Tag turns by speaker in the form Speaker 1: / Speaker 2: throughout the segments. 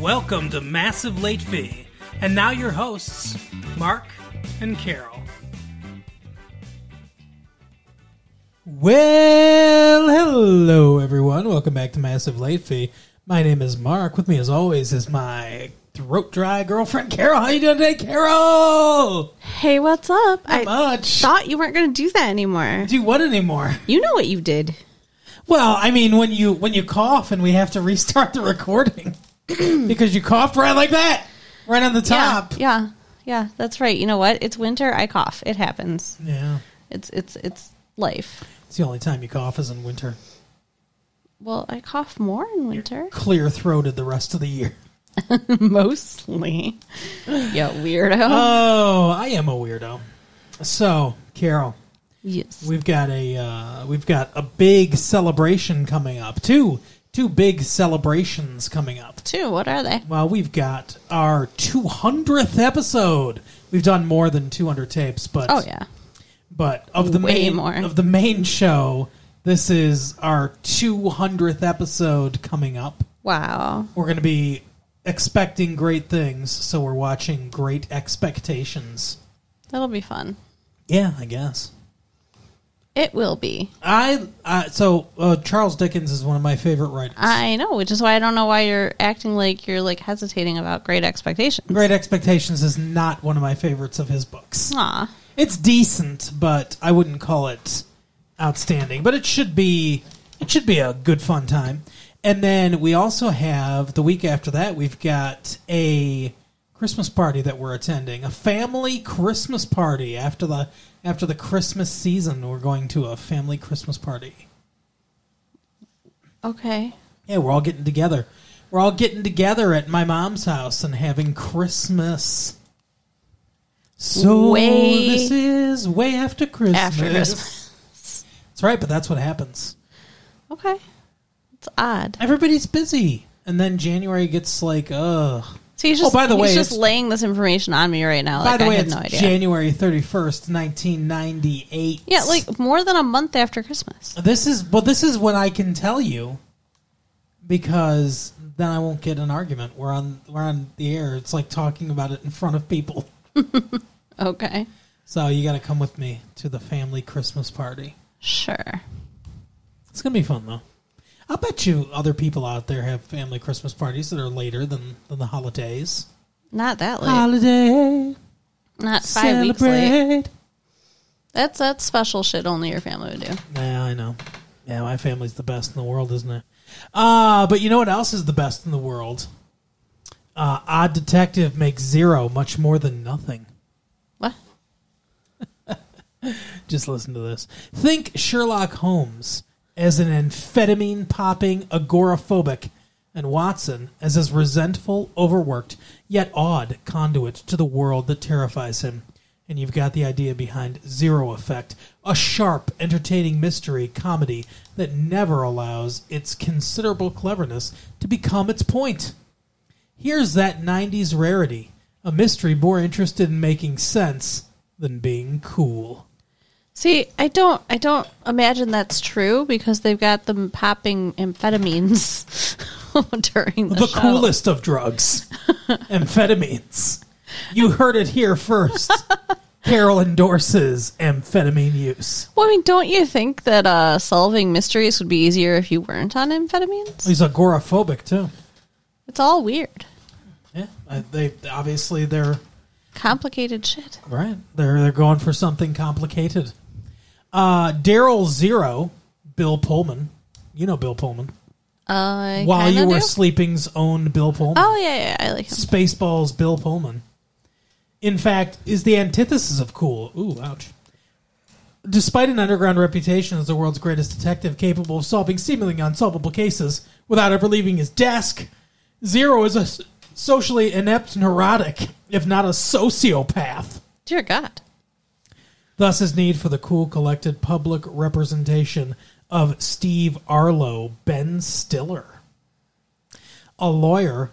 Speaker 1: Welcome to Massive Late Fee. And now your hosts, Mark and Carol. Well, hello everyone. Welcome back to Massive Late Fee. My name is Mark. With me as always is my throat dry girlfriend Carol. How you doing today, Carol?
Speaker 2: Hey, what's up? I
Speaker 1: much.
Speaker 2: thought you weren't going to do that anymore.
Speaker 1: Do what anymore?
Speaker 2: You know what you did.
Speaker 1: Well, I mean when you when you cough and we have to restart the recording. because you coughed right like that. Right on the top.
Speaker 2: Yeah, yeah, yeah, that's right. You know what? It's winter. I cough. It happens.
Speaker 1: yeah.
Speaker 2: It's it's it's life.
Speaker 1: It's the only time you cough is in winter.
Speaker 2: Well, I cough more in winter,
Speaker 1: Clear throated the rest of the year.
Speaker 2: mostly. Uh, Yeah, weirdo.
Speaker 1: Oh, I am a weirdo. So, Carol,
Speaker 2: yes.
Speaker 1: we've got a uh, we've got a big celebration coming up. Two two big celebrations coming up.
Speaker 2: Two. What are they?
Speaker 1: Well, we've got our 200th episode. We've done more than 200 tapes, but
Speaker 2: Oh yeah.
Speaker 1: but of the
Speaker 2: Way
Speaker 1: main
Speaker 2: more.
Speaker 1: of the main show, this is our 200th episode coming up.
Speaker 2: Wow.
Speaker 1: we're going to be expecting great things, so we're watching Great Expectations.
Speaker 2: That'll be fun.
Speaker 1: Yeah, I guess.
Speaker 2: It will be.
Speaker 1: I uh, so uh, Charles Dickens is one of my favorite writers.
Speaker 2: I know, which is why I don't know why you're acting like you're like hesitating about great expectations.
Speaker 1: Great Expectations is not one of my favorites of his books.
Speaker 2: Aw.
Speaker 1: It's decent, but I wouldn't call it outstanding. But it should be it should be a good fun time. And then we also have the week after that we've got a Christmas party that we're attending, a family Christmas party after the after the Christmas season. We're going to a family Christmas party.
Speaker 2: Okay.
Speaker 1: Yeah, we're all getting together. We're all getting together at my mom's house and having Christmas. So
Speaker 2: Way-
Speaker 1: this is way after Christmas.
Speaker 2: After Christmas.
Speaker 1: That's right, but that's what happens.
Speaker 2: Okay. It's odd.
Speaker 1: Everybody's busy, and then January gets like, ugh.
Speaker 2: So he's just,
Speaker 1: Oh, by the
Speaker 2: he's
Speaker 1: way,
Speaker 2: just
Speaker 1: it's-
Speaker 2: laying this information on me right now.
Speaker 1: By
Speaker 2: Like,
Speaker 1: the way,
Speaker 2: I had
Speaker 1: it's
Speaker 2: no idea.
Speaker 1: January thirty first, nineteen ninety eight.
Speaker 2: yeah, like more than a month after Christmas.
Speaker 1: this is well, this is when I can tell you, because then I won't get an argument. We're on we're on the air. It's like talking about it in front of people.
Speaker 2: Okay.
Speaker 1: So you got to come with me to the family Christmas party.
Speaker 2: Sure.
Speaker 1: It's gonna be fun though. I'll bet you other people out there have family Christmas parties that are later than, than the holidays.
Speaker 2: Not that late.
Speaker 1: Holiday,
Speaker 2: Not five weeks late.
Speaker 1: celebrate.
Speaker 2: That's that's special shit only your family would do.
Speaker 1: Yeah, I know. Yeah, my family's the best in the world, isn't it? Uh, but you know what else is the best in the world? Uh, Odd Detective makes zero much more than nothing.
Speaker 2: What?
Speaker 1: Just listen to this. Think Sherlock Holmes as an amphetamine popping agoraphobic, and Watson as his resentful, overworked, yet odd conduit to the world that terrifies him. And you've got the idea behind Zero Effect, a sharp, entertaining mystery comedy that never allows its considerable cleverness to become its point. Here's that 90s rarity, a mystery more interested in making sense than being cool.
Speaker 2: See, I don't I don't imagine that's true because they've got them popping amphetamines during the,
Speaker 1: the
Speaker 2: show.
Speaker 1: coolest of drugs amphetamines you heard it here first carol endorses amphetamine use
Speaker 2: Well, I mean, don't you think that uh, solving mysteries would be easier if you weren't on amphetamines?
Speaker 1: he's agoraphobic too
Speaker 2: It's all weird.
Speaker 1: yeah I- they obviously they're
Speaker 2: Complicated shit.
Speaker 1: right they're they're going for something complicated uh daryl zero bill pullman you know bill pullman
Speaker 2: Uh,
Speaker 1: while you were
Speaker 2: do.
Speaker 1: sleeping's own bill pullman
Speaker 2: Oh yeah, yeah, I like him.
Speaker 1: Spaceballs Bill Pullman. In fact, is the antithesis of cool. Ooh, ouch. Despite an underground reputation as the world's greatest detective capable of solving seemingly unsolvable cases without ever leaving his desk, Zero is a s- socially inept neurotic, if not a sociopath.
Speaker 2: Dear God.
Speaker 1: Thus, his need for the cool, collected public representation of Steve Arlo, Ben Stiller, a lawyer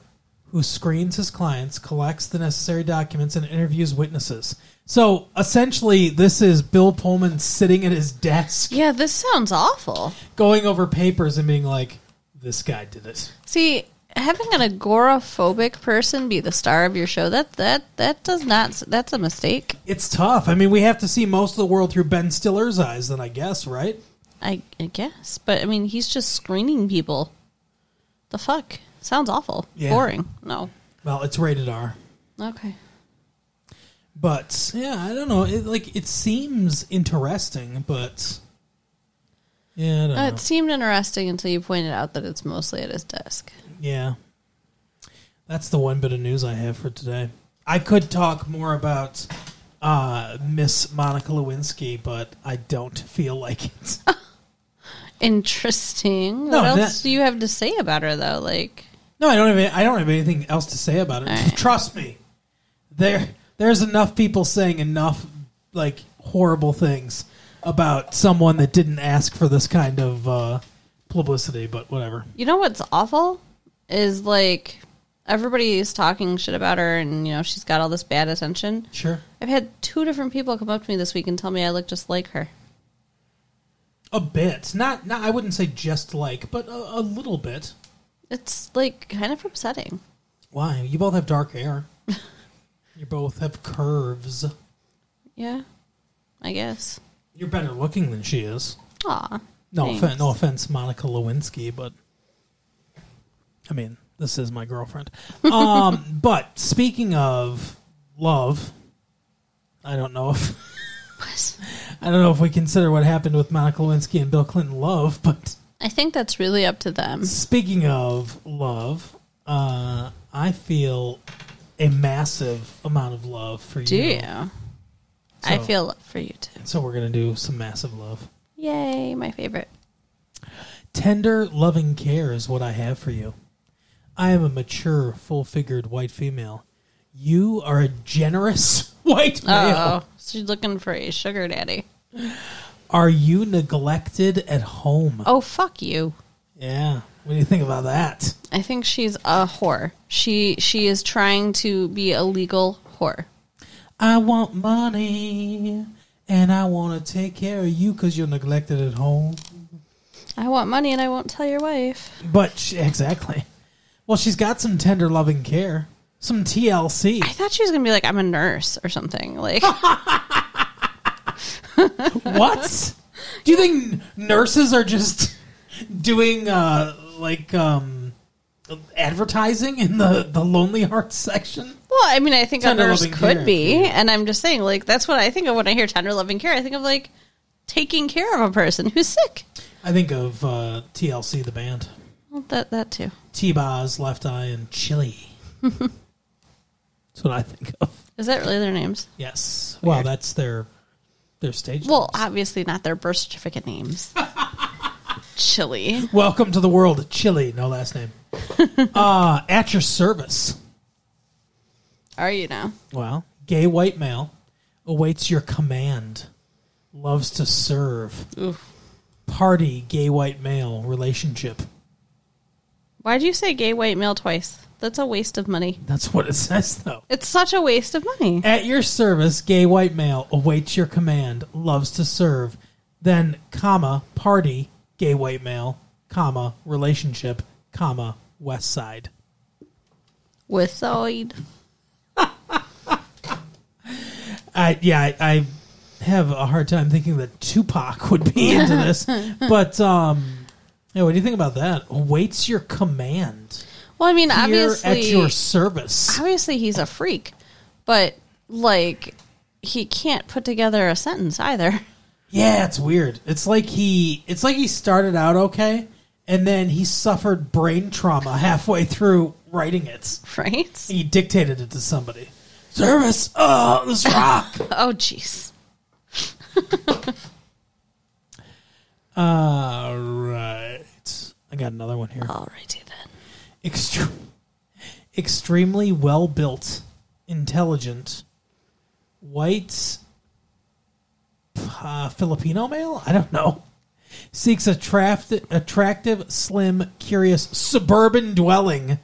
Speaker 1: who screens his clients, collects the necessary documents, and interviews witnesses. So, essentially, this is Bill Pullman sitting at his desk,
Speaker 2: Yeah, this sounds awful.
Speaker 1: going over papers and being like, "This guy did it."
Speaker 2: See, having an agoraphobic person be the star of your show that that that does not that's a mistake.
Speaker 1: It's tough. I mean, we have to see most of the world through Ben Stiller's eyes, then I guess, right?
Speaker 2: I, I guess, but I mean, he's just screening people. The fuck sounds awful.
Speaker 1: Yeah.
Speaker 2: Boring. No.
Speaker 1: Well, it's rated R,
Speaker 2: Okay.
Speaker 1: but yeah, I don't know. It, like, it seems interesting, but yeah, I don't
Speaker 2: Uh,
Speaker 1: know.
Speaker 2: It seemed interesting until you pointed out that it's mostly at his desk.
Speaker 1: Yeah. That's the one bit of news I have for today. I could talk more about uh, Miss Monica Lewinsky, but I don't feel like it.
Speaker 2: Interesting.
Speaker 1: No,
Speaker 2: what
Speaker 1: that-
Speaker 2: else do you have to say about her though? Like,
Speaker 1: no, I don't have I don't have anything else to say about it.
Speaker 2: Alright.
Speaker 1: Trust me. There there's enough people saying enough like horrible things about someone that didn't ask for this kind of uh, publicity, but whatever.
Speaker 2: you know what's awful is like everybody's talking shit about her, and you know she's got all this bad attention.
Speaker 1: Sure.
Speaker 2: I've had two different people come up to me this week and tell me I look just like her.
Speaker 1: A bit. Not not I wouldn't say just like, but a, a little bit.
Speaker 2: It's like kind of upsetting.
Speaker 1: Why? You both have dark hair. you both have curves.
Speaker 2: Yeah, I guess.
Speaker 1: You're better looking than she is.
Speaker 2: Aw.
Speaker 1: No,
Speaker 2: thanks.
Speaker 1: offen- no offense, Monica Lewinsky, but I mean, this is my girlfriend. Um, but speaking of love, I don't know if
Speaker 2: What?
Speaker 1: I don't know if we consider what happened with Monica Lewinsky and Bill Clinton love, but
Speaker 2: I think that's really up to them.
Speaker 1: Speaking of love, uh, I feel a massive amount of love for you.
Speaker 2: Do you? I
Speaker 1: So-
Speaker 2: feel love for you too.
Speaker 1: So we're gonna do some massive love.
Speaker 2: Yay, my favorite.
Speaker 1: Tender, loving care is what I have for you. I am a mature, full figured white female. You are a generous white male.
Speaker 2: Oh, she's looking for a sugar daddy.
Speaker 1: Are you neglected at home?
Speaker 2: Oh, fuck you.
Speaker 1: Yeah. What do you think about that?
Speaker 2: I think she's a whore. She she is trying to be a legal whore.
Speaker 1: I want money and I want to take care of you because you're neglected at home.
Speaker 2: I want money and I won't tell your wife.
Speaker 1: But she, exactly. Well, she's got some tender, loving care, some TLC.
Speaker 2: I thought she was gonna be like, I'm a nurse or something. Like
Speaker 1: what? Do you think nurses are just doing uh, like um, advertising in the the lonely hearts section?
Speaker 2: Well, I mean, I think a
Speaker 1: Tender
Speaker 2: nurse
Speaker 1: loving
Speaker 2: could
Speaker 1: care.
Speaker 2: be, and I'm just saying, like, that's what I think of when I hear tender loving care. I think of like taking care of a person who's sick.
Speaker 1: I think of uh, TLC, the band,
Speaker 2: Well, that that too.
Speaker 1: T Boz, Left Eye, and Chili. that's what I think of.
Speaker 2: Is that really their names?
Speaker 1: Yes. Well,
Speaker 2: Weird.
Speaker 1: that's their their stage.
Speaker 2: Well,
Speaker 1: names.
Speaker 2: obviously not their birth certificate names. Chili.
Speaker 1: Welcome to the world, Chili. No last name. uh, at your service.
Speaker 2: Are you now?
Speaker 1: Well, gay white male awaits your command. Loves to serve.
Speaker 2: Oof.
Speaker 1: Party gay white male relationship.
Speaker 2: Why'd you say gay white male twice? That's a waste of money.
Speaker 1: That's what it says, though.
Speaker 2: It's such a waste of money.
Speaker 1: At your service, gay white male awaits your command. Loves to serve. Then, comma, party gay white male, comma, relationship, comma, west side.
Speaker 2: With side.
Speaker 1: I yeah, I, I have a hard time thinking that Tupac would be into this. But um, yeah, what do you think about that? Awaits your command
Speaker 2: Well, I mean,
Speaker 1: here
Speaker 2: obviously,
Speaker 1: at your service.
Speaker 2: obviously he's a freak, but like he can't put together a sentence either.
Speaker 1: Yeah, it's weird. It's like he, it's like he started out okay, and then he suffered brain trauma halfway through writing it.
Speaker 2: Right?
Speaker 1: He dictated it to somebody. Service, oh, this rock.
Speaker 2: Oh, jeez.
Speaker 1: All right, I got another one here.
Speaker 2: Alrighty then.
Speaker 1: Extre- extremely well built, intelligent, white uh, Filipino male. I don't know. Seeks a traft- attractive, slim, curious, suburban dwelling,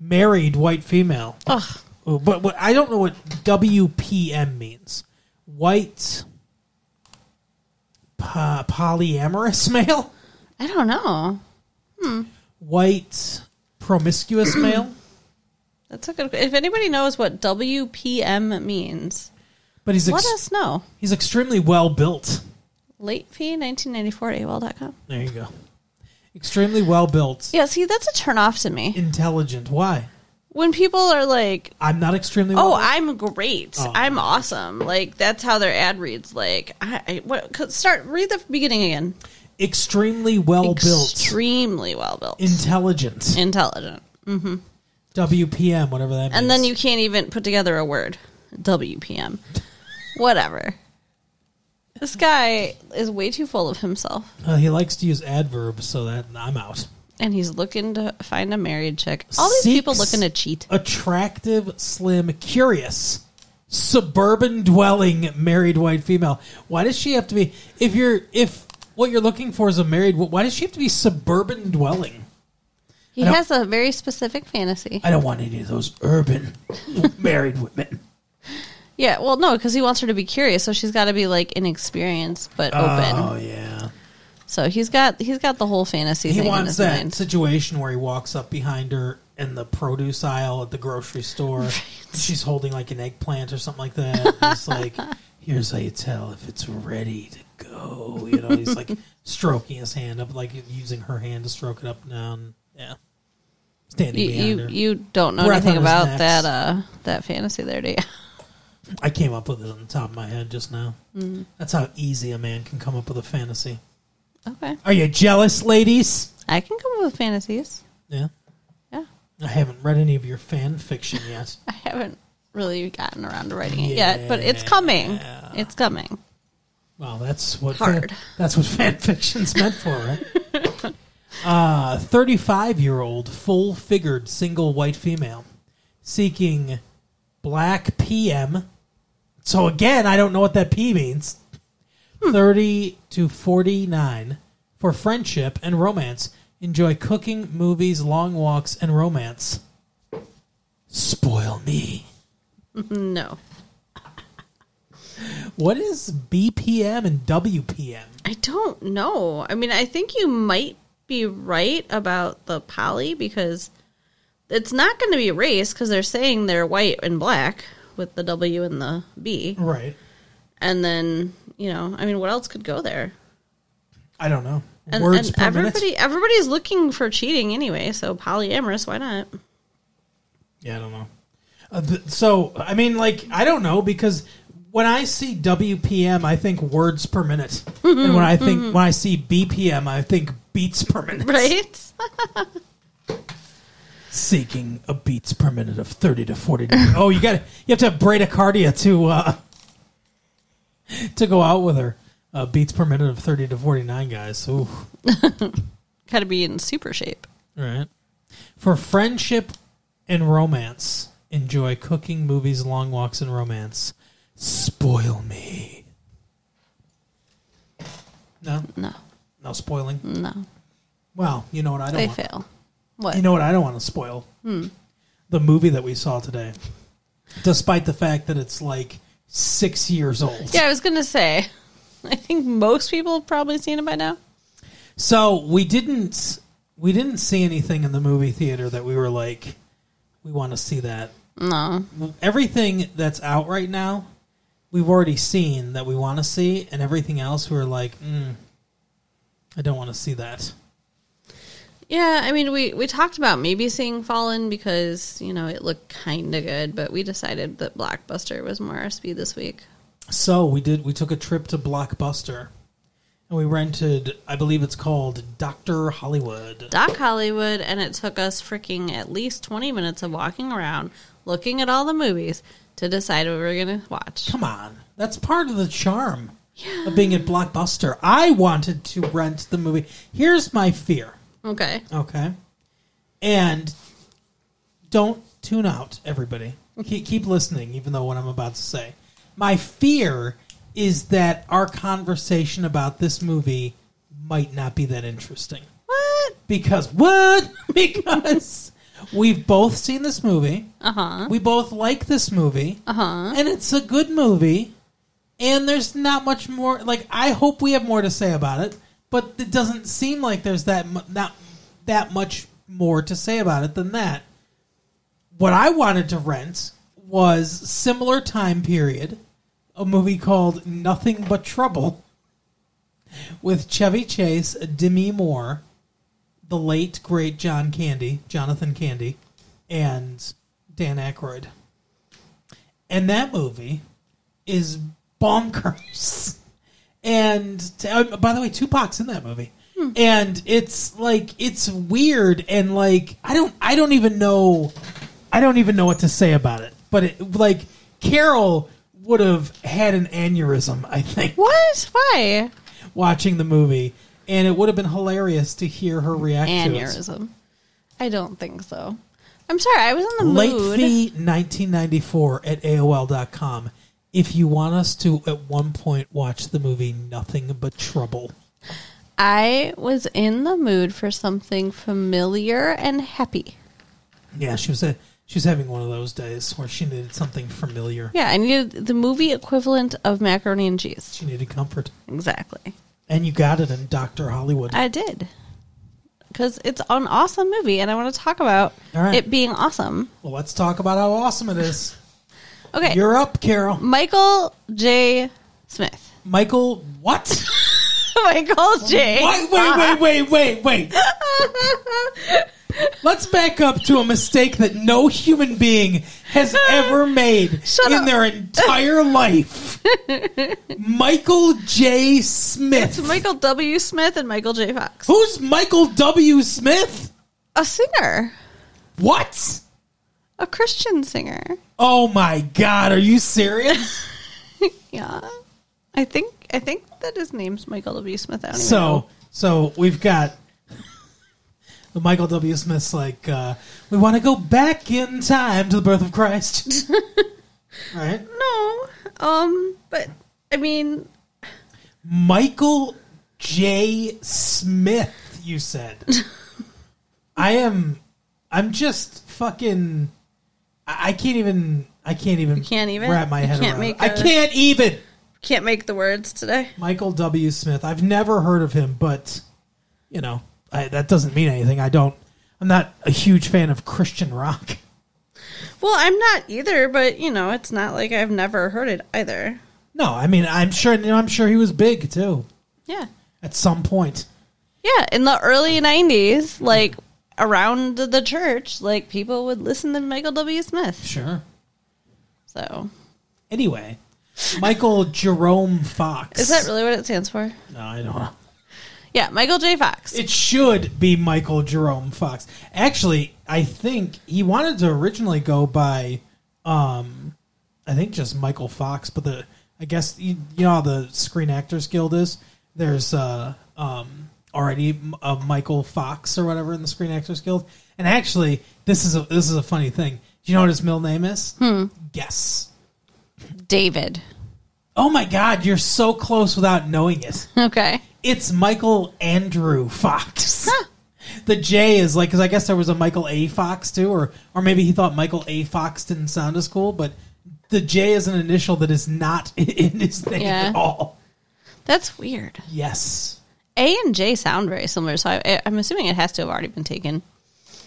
Speaker 1: married white female.
Speaker 2: Ugh.
Speaker 1: Oh, But what I don't know what WPM means. White po- polyamorous male
Speaker 2: I don't know.
Speaker 1: white promiscuous male,
Speaker 2: That's a good. If anybody knows what WPM means,
Speaker 1: but he's
Speaker 2: let
Speaker 1: ex-
Speaker 2: us know.
Speaker 1: he's extremely well built.
Speaker 2: Late fee 1994 at AOL.com.
Speaker 1: There you go. Extremely well built,
Speaker 2: Yeah, see, that's a turnoff to me.
Speaker 1: intelligent. Why?
Speaker 2: When people are like,
Speaker 1: I'm not extremely.
Speaker 2: "Oh,
Speaker 1: well
Speaker 2: I'm great.
Speaker 1: Oh.
Speaker 2: I'm awesome." Like that's how their ad reads. Like, I, I what? could- Start read the beginning again.
Speaker 1: extremely well built,
Speaker 2: Extremely well built.
Speaker 1: intelligent.
Speaker 2: Intelligent.
Speaker 1: WPM, whatever that. means.
Speaker 2: And then you can't even put together a word. WPM. Whatever. This guy is way too full of himself.
Speaker 1: Uh, he likes to use adverbs, so that I'm out.
Speaker 2: And he's looking to find a married chick. All these people
Speaker 1: Seeks
Speaker 2: looking to cheat.
Speaker 1: Attractive, slim, curious, suburban dwelling married white female. Why does she have to be? If you're if what you're looking for is a married, why does she have to be suburban dwelling?
Speaker 2: He
Speaker 1: I don't-
Speaker 2: has a very specific fantasy.
Speaker 1: I don't want any of those urban married women.
Speaker 2: Yeah, well, no, because he wants her to be curious, so she's got to be like inexperienced but open.
Speaker 1: Oh yeah,
Speaker 2: So he's got he's got the whole fantasy
Speaker 1: he
Speaker 2: thing in
Speaker 1: wants
Speaker 2: his
Speaker 1: that
Speaker 2: mind.
Speaker 1: situation where he walks up behind her in the produce aisle at the grocery store. She's holding like an eggplant or something like that. And He's like, "Here's how you tell if it's ready to go." You know, he's like stroking his hand up, like using her hand to stroke it up and down. Yeah, standing
Speaker 2: You,
Speaker 1: behind
Speaker 2: you
Speaker 1: her.
Speaker 2: you don't know
Speaker 1: Breath on
Speaker 2: anything
Speaker 1: his
Speaker 2: about
Speaker 1: necks.
Speaker 2: that uh that fantasy there, do you?
Speaker 1: I came up with it on the top of my head just now.
Speaker 2: Mm.
Speaker 1: That's how easy a man can come up with a fantasy.
Speaker 2: Okay,
Speaker 1: Are you jealous, ladies?
Speaker 2: I can come up with fantasies.
Speaker 1: Yeah.
Speaker 2: Yeah.
Speaker 1: I haven't read any of your fan fiction yet.
Speaker 2: I haven't really gotten around to writing it yet, but it's
Speaker 1: Yeah.
Speaker 2: coming. It's coming.
Speaker 1: Well, that's what
Speaker 2: Hard.
Speaker 1: Fan, that's what fan fiction's meant for, right? Uh, 35-year-old full-figured single white female seeking black PM. So again, I don't know what that P means. 30 to 49 for friendship and romance. Enjoy cooking, movies, long walks and romance. Spoil me.
Speaker 2: No,
Speaker 1: What is BPM and WPM?
Speaker 2: I don't know. I mean, I think you might be right about the poly because it's not going to be race because they're saying they're white and black with the W and the B,
Speaker 1: Right.
Speaker 2: and then you know, I mean, what else could go there?
Speaker 1: I don't know.
Speaker 2: And,
Speaker 1: Words
Speaker 2: and
Speaker 1: per
Speaker 2: everybody
Speaker 1: minute?
Speaker 2: everybody's looking for cheating anyway, so polyamorous, why not?
Speaker 1: Yeah, I don't know. Uh, th- so, I mean, like, I don't know because when I see WPM, I think words per minute,
Speaker 2: Mm-hmm,
Speaker 1: and when I think when I see BPM, I think beats per minute.
Speaker 2: Right?
Speaker 1: Seeking a beats per minute of thirty to forty. oh, you got to you have to have bradycardia to uh, to go out with her. Uh, beats per minute of thirty to forty nine guys. Ooh.
Speaker 2: Got to be in super shape.
Speaker 1: All right. For friendship and romance, enjoy cooking, movies, long walks, and romance. Spoil me. No,
Speaker 2: No,
Speaker 1: no spoiling.
Speaker 2: no,
Speaker 1: Well, you know what I don't
Speaker 2: Hmm. they
Speaker 1: want.
Speaker 2: fail. Hmm. What?
Speaker 1: You know what I don't want to spoil. The movie that we saw today, despite the fact that it's like six years old.
Speaker 2: Yeah, I was gonna say. I think most people have probably seen it by now.
Speaker 1: So we didn't we didn't see anything in the movie theater that we were like, we want to see that.
Speaker 2: No,
Speaker 1: everything that's out right now, we've already seen that we want to see, and everything else we're like, mm, I don't want to see that.
Speaker 2: yeah, I mean, we we talked about maybe seeing Fallen because you know it looked kind of good, but we decided that Blockbuster was more our speed this week.
Speaker 1: So we did. We took a trip to Blockbuster, and we rented. I believe it's called Doctor Hollywood.
Speaker 2: Doc Hollywood, and it took us freaking at least twenty minutes of walking around, looking at all the movies to decide what we were gonna watch.
Speaker 1: Come on, that's part of the charm of being at Blockbuster. I wanted to rent the movie. Here's my fear.
Speaker 2: Okay,
Speaker 1: Okay. And don't tune out, everybody. Keep, keep listening, even though what I'm about to say. My fear is that our conversation about this movie might not be that interesting.
Speaker 2: what?
Speaker 1: Because what? Because we've both seen this movie.
Speaker 2: Uh huh.
Speaker 1: We both like this movie.
Speaker 2: Uh huh.
Speaker 1: And it's a good movie. And there's not much more. Like I hope we have more to say about it, but it doesn't seem like there's that mu- not that much more to say about it than that. What I wanted to rent was similar time period, a movie called Nothing But Trouble with Chevy Chase, Demi Moore, the late great John Candy, Jonathan Candy, and Dan Aykroyd. And that movie is bonkers. And uh, by the way, Tupac's in that movie. And it's like it's weird and like I don't I don't even know I don't even know what to say about it. But it, like Carol would have had an aneurysm, I think
Speaker 2: What? Why?
Speaker 1: watching the movie, and it would have been hilarious to hear her react to it.
Speaker 2: Aneurysm. I don't think so. I'm sorry. I was in the
Speaker 1: Late
Speaker 2: mood.
Speaker 1: fee 1994 at AOL.com. If you want us to, at one point, watch the movie Nothing But Trouble.
Speaker 2: I was in the mood for something familiar and happy.
Speaker 1: Yeah, she was a, she was having one of those days where she needed something familiar.
Speaker 2: Yeah, I needed the movie equivalent of macaroni and cheese.
Speaker 1: She needed comfort,
Speaker 2: Exactly.
Speaker 1: and you got it in Doctor Hollywood.
Speaker 2: I did. Because it's an awesome movie, and I want to talk about
Speaker 1: All right.
Speaker 2: it being awesome.
Speaker 1: well, let's talk about how awesome it is.
Speaker 2: Okay.
Speaker 1: You're up, Carol.
Speaker 2: Michael J. Smith.
Speaker 1: Michael, what?
Speaker 2: Michael J.
Speaker 1: Wait, wait, wait, wait, wait, wait. Let's back up to a mistake that no human being has ever made
Speaker 2: Shut
Speaker 1: in
Speaker 2: up.
Speaker 1: their entire life. Michael J. Smith.
Speaker 2: It's Michael W. Smith and Michael J. Fox.
Speaker 1: Who's Michael W. Smith?
Speaker 2: A singer,
Speaker 1: What?
Speaker 2: a Christian singer.
Speaker 1: Oh my god, are you serious?
Speaker 2: Yeah, I think I think that his name's Michael W. Smith. I don't even know.
Speaker 1: so, so we've got the Michael W. Smith's like, uh, we want to go back in time to the birth of Christ. All right.
Speaker 2: No. Um, but I mean,
Speaker 1: Michael J. Smith, you said. I am I'm just fucking I I can't even I can't even
Speaker 2: can't even?
Speaker 1: wrap my
Speaker 2: You
Speaker 1: head
Speaker 2: can't
Speaker 1: around. it.
Speaker 2: make
Speaker 1: I
Speaker 2: a-
Speaker 1: can't even
Speaker 2: can't make the words today.
Speaker 1: Michael W. Smith. I've never heard of him, but you know, I, that doesn't mean anything. I don't I'm not a huge fan of Christian rock.
Speaker 2: Well, I'm not either, but you know, it's not like I've never heard it either.
Speaker 1: No, I mean I'm sure you know, I'm sure he was big too
Speaker 2: Yeah.
Speaker 1: at some point.
Speaker 2: Yeah, in the early 90s, like around the church, like people would listen to Michael W. Smith.
Speaker 1: Sure.
Speaker 2: So,
Speaker 1: Anyway, Michael Jerome Fox.
Speaker 2: is that really what it stands for?
Speaker 1: No, I don't know.
Speaker 2: Yeah, Michael J. Fox.
Speaker 1: It should be Michael Jerome Fox. Actually, I think he wanted to originally go by, um, I think just Michael Fox, but the I guess you, you know how the Screen Actors Guild is. There's uh, um, already a Michael Fox or whatever in the Screen Actors Guild. And actually, this is a this is a funny thing. Do you know what his middle name is? Guess.
Speaker 2: David.
Speaker 1: Oh my God, you're so close without knowing it.
Speaker 2: Okay.
Speaker 1: It's Michael Andrew Fox. The J is like because I guess there was a Michael A. Fox too, or or maybe he thought Michael A. Fox didn't sound as cool, but the J is an initial that is not in his name
Speaker 2: Yeah.
Speaker 1: at all.
Speaker 2: That's weird.
Speaker 1: Yes,
Speaker 2: A and J sound very similar, so I, I'm assuming it has to have already been taken.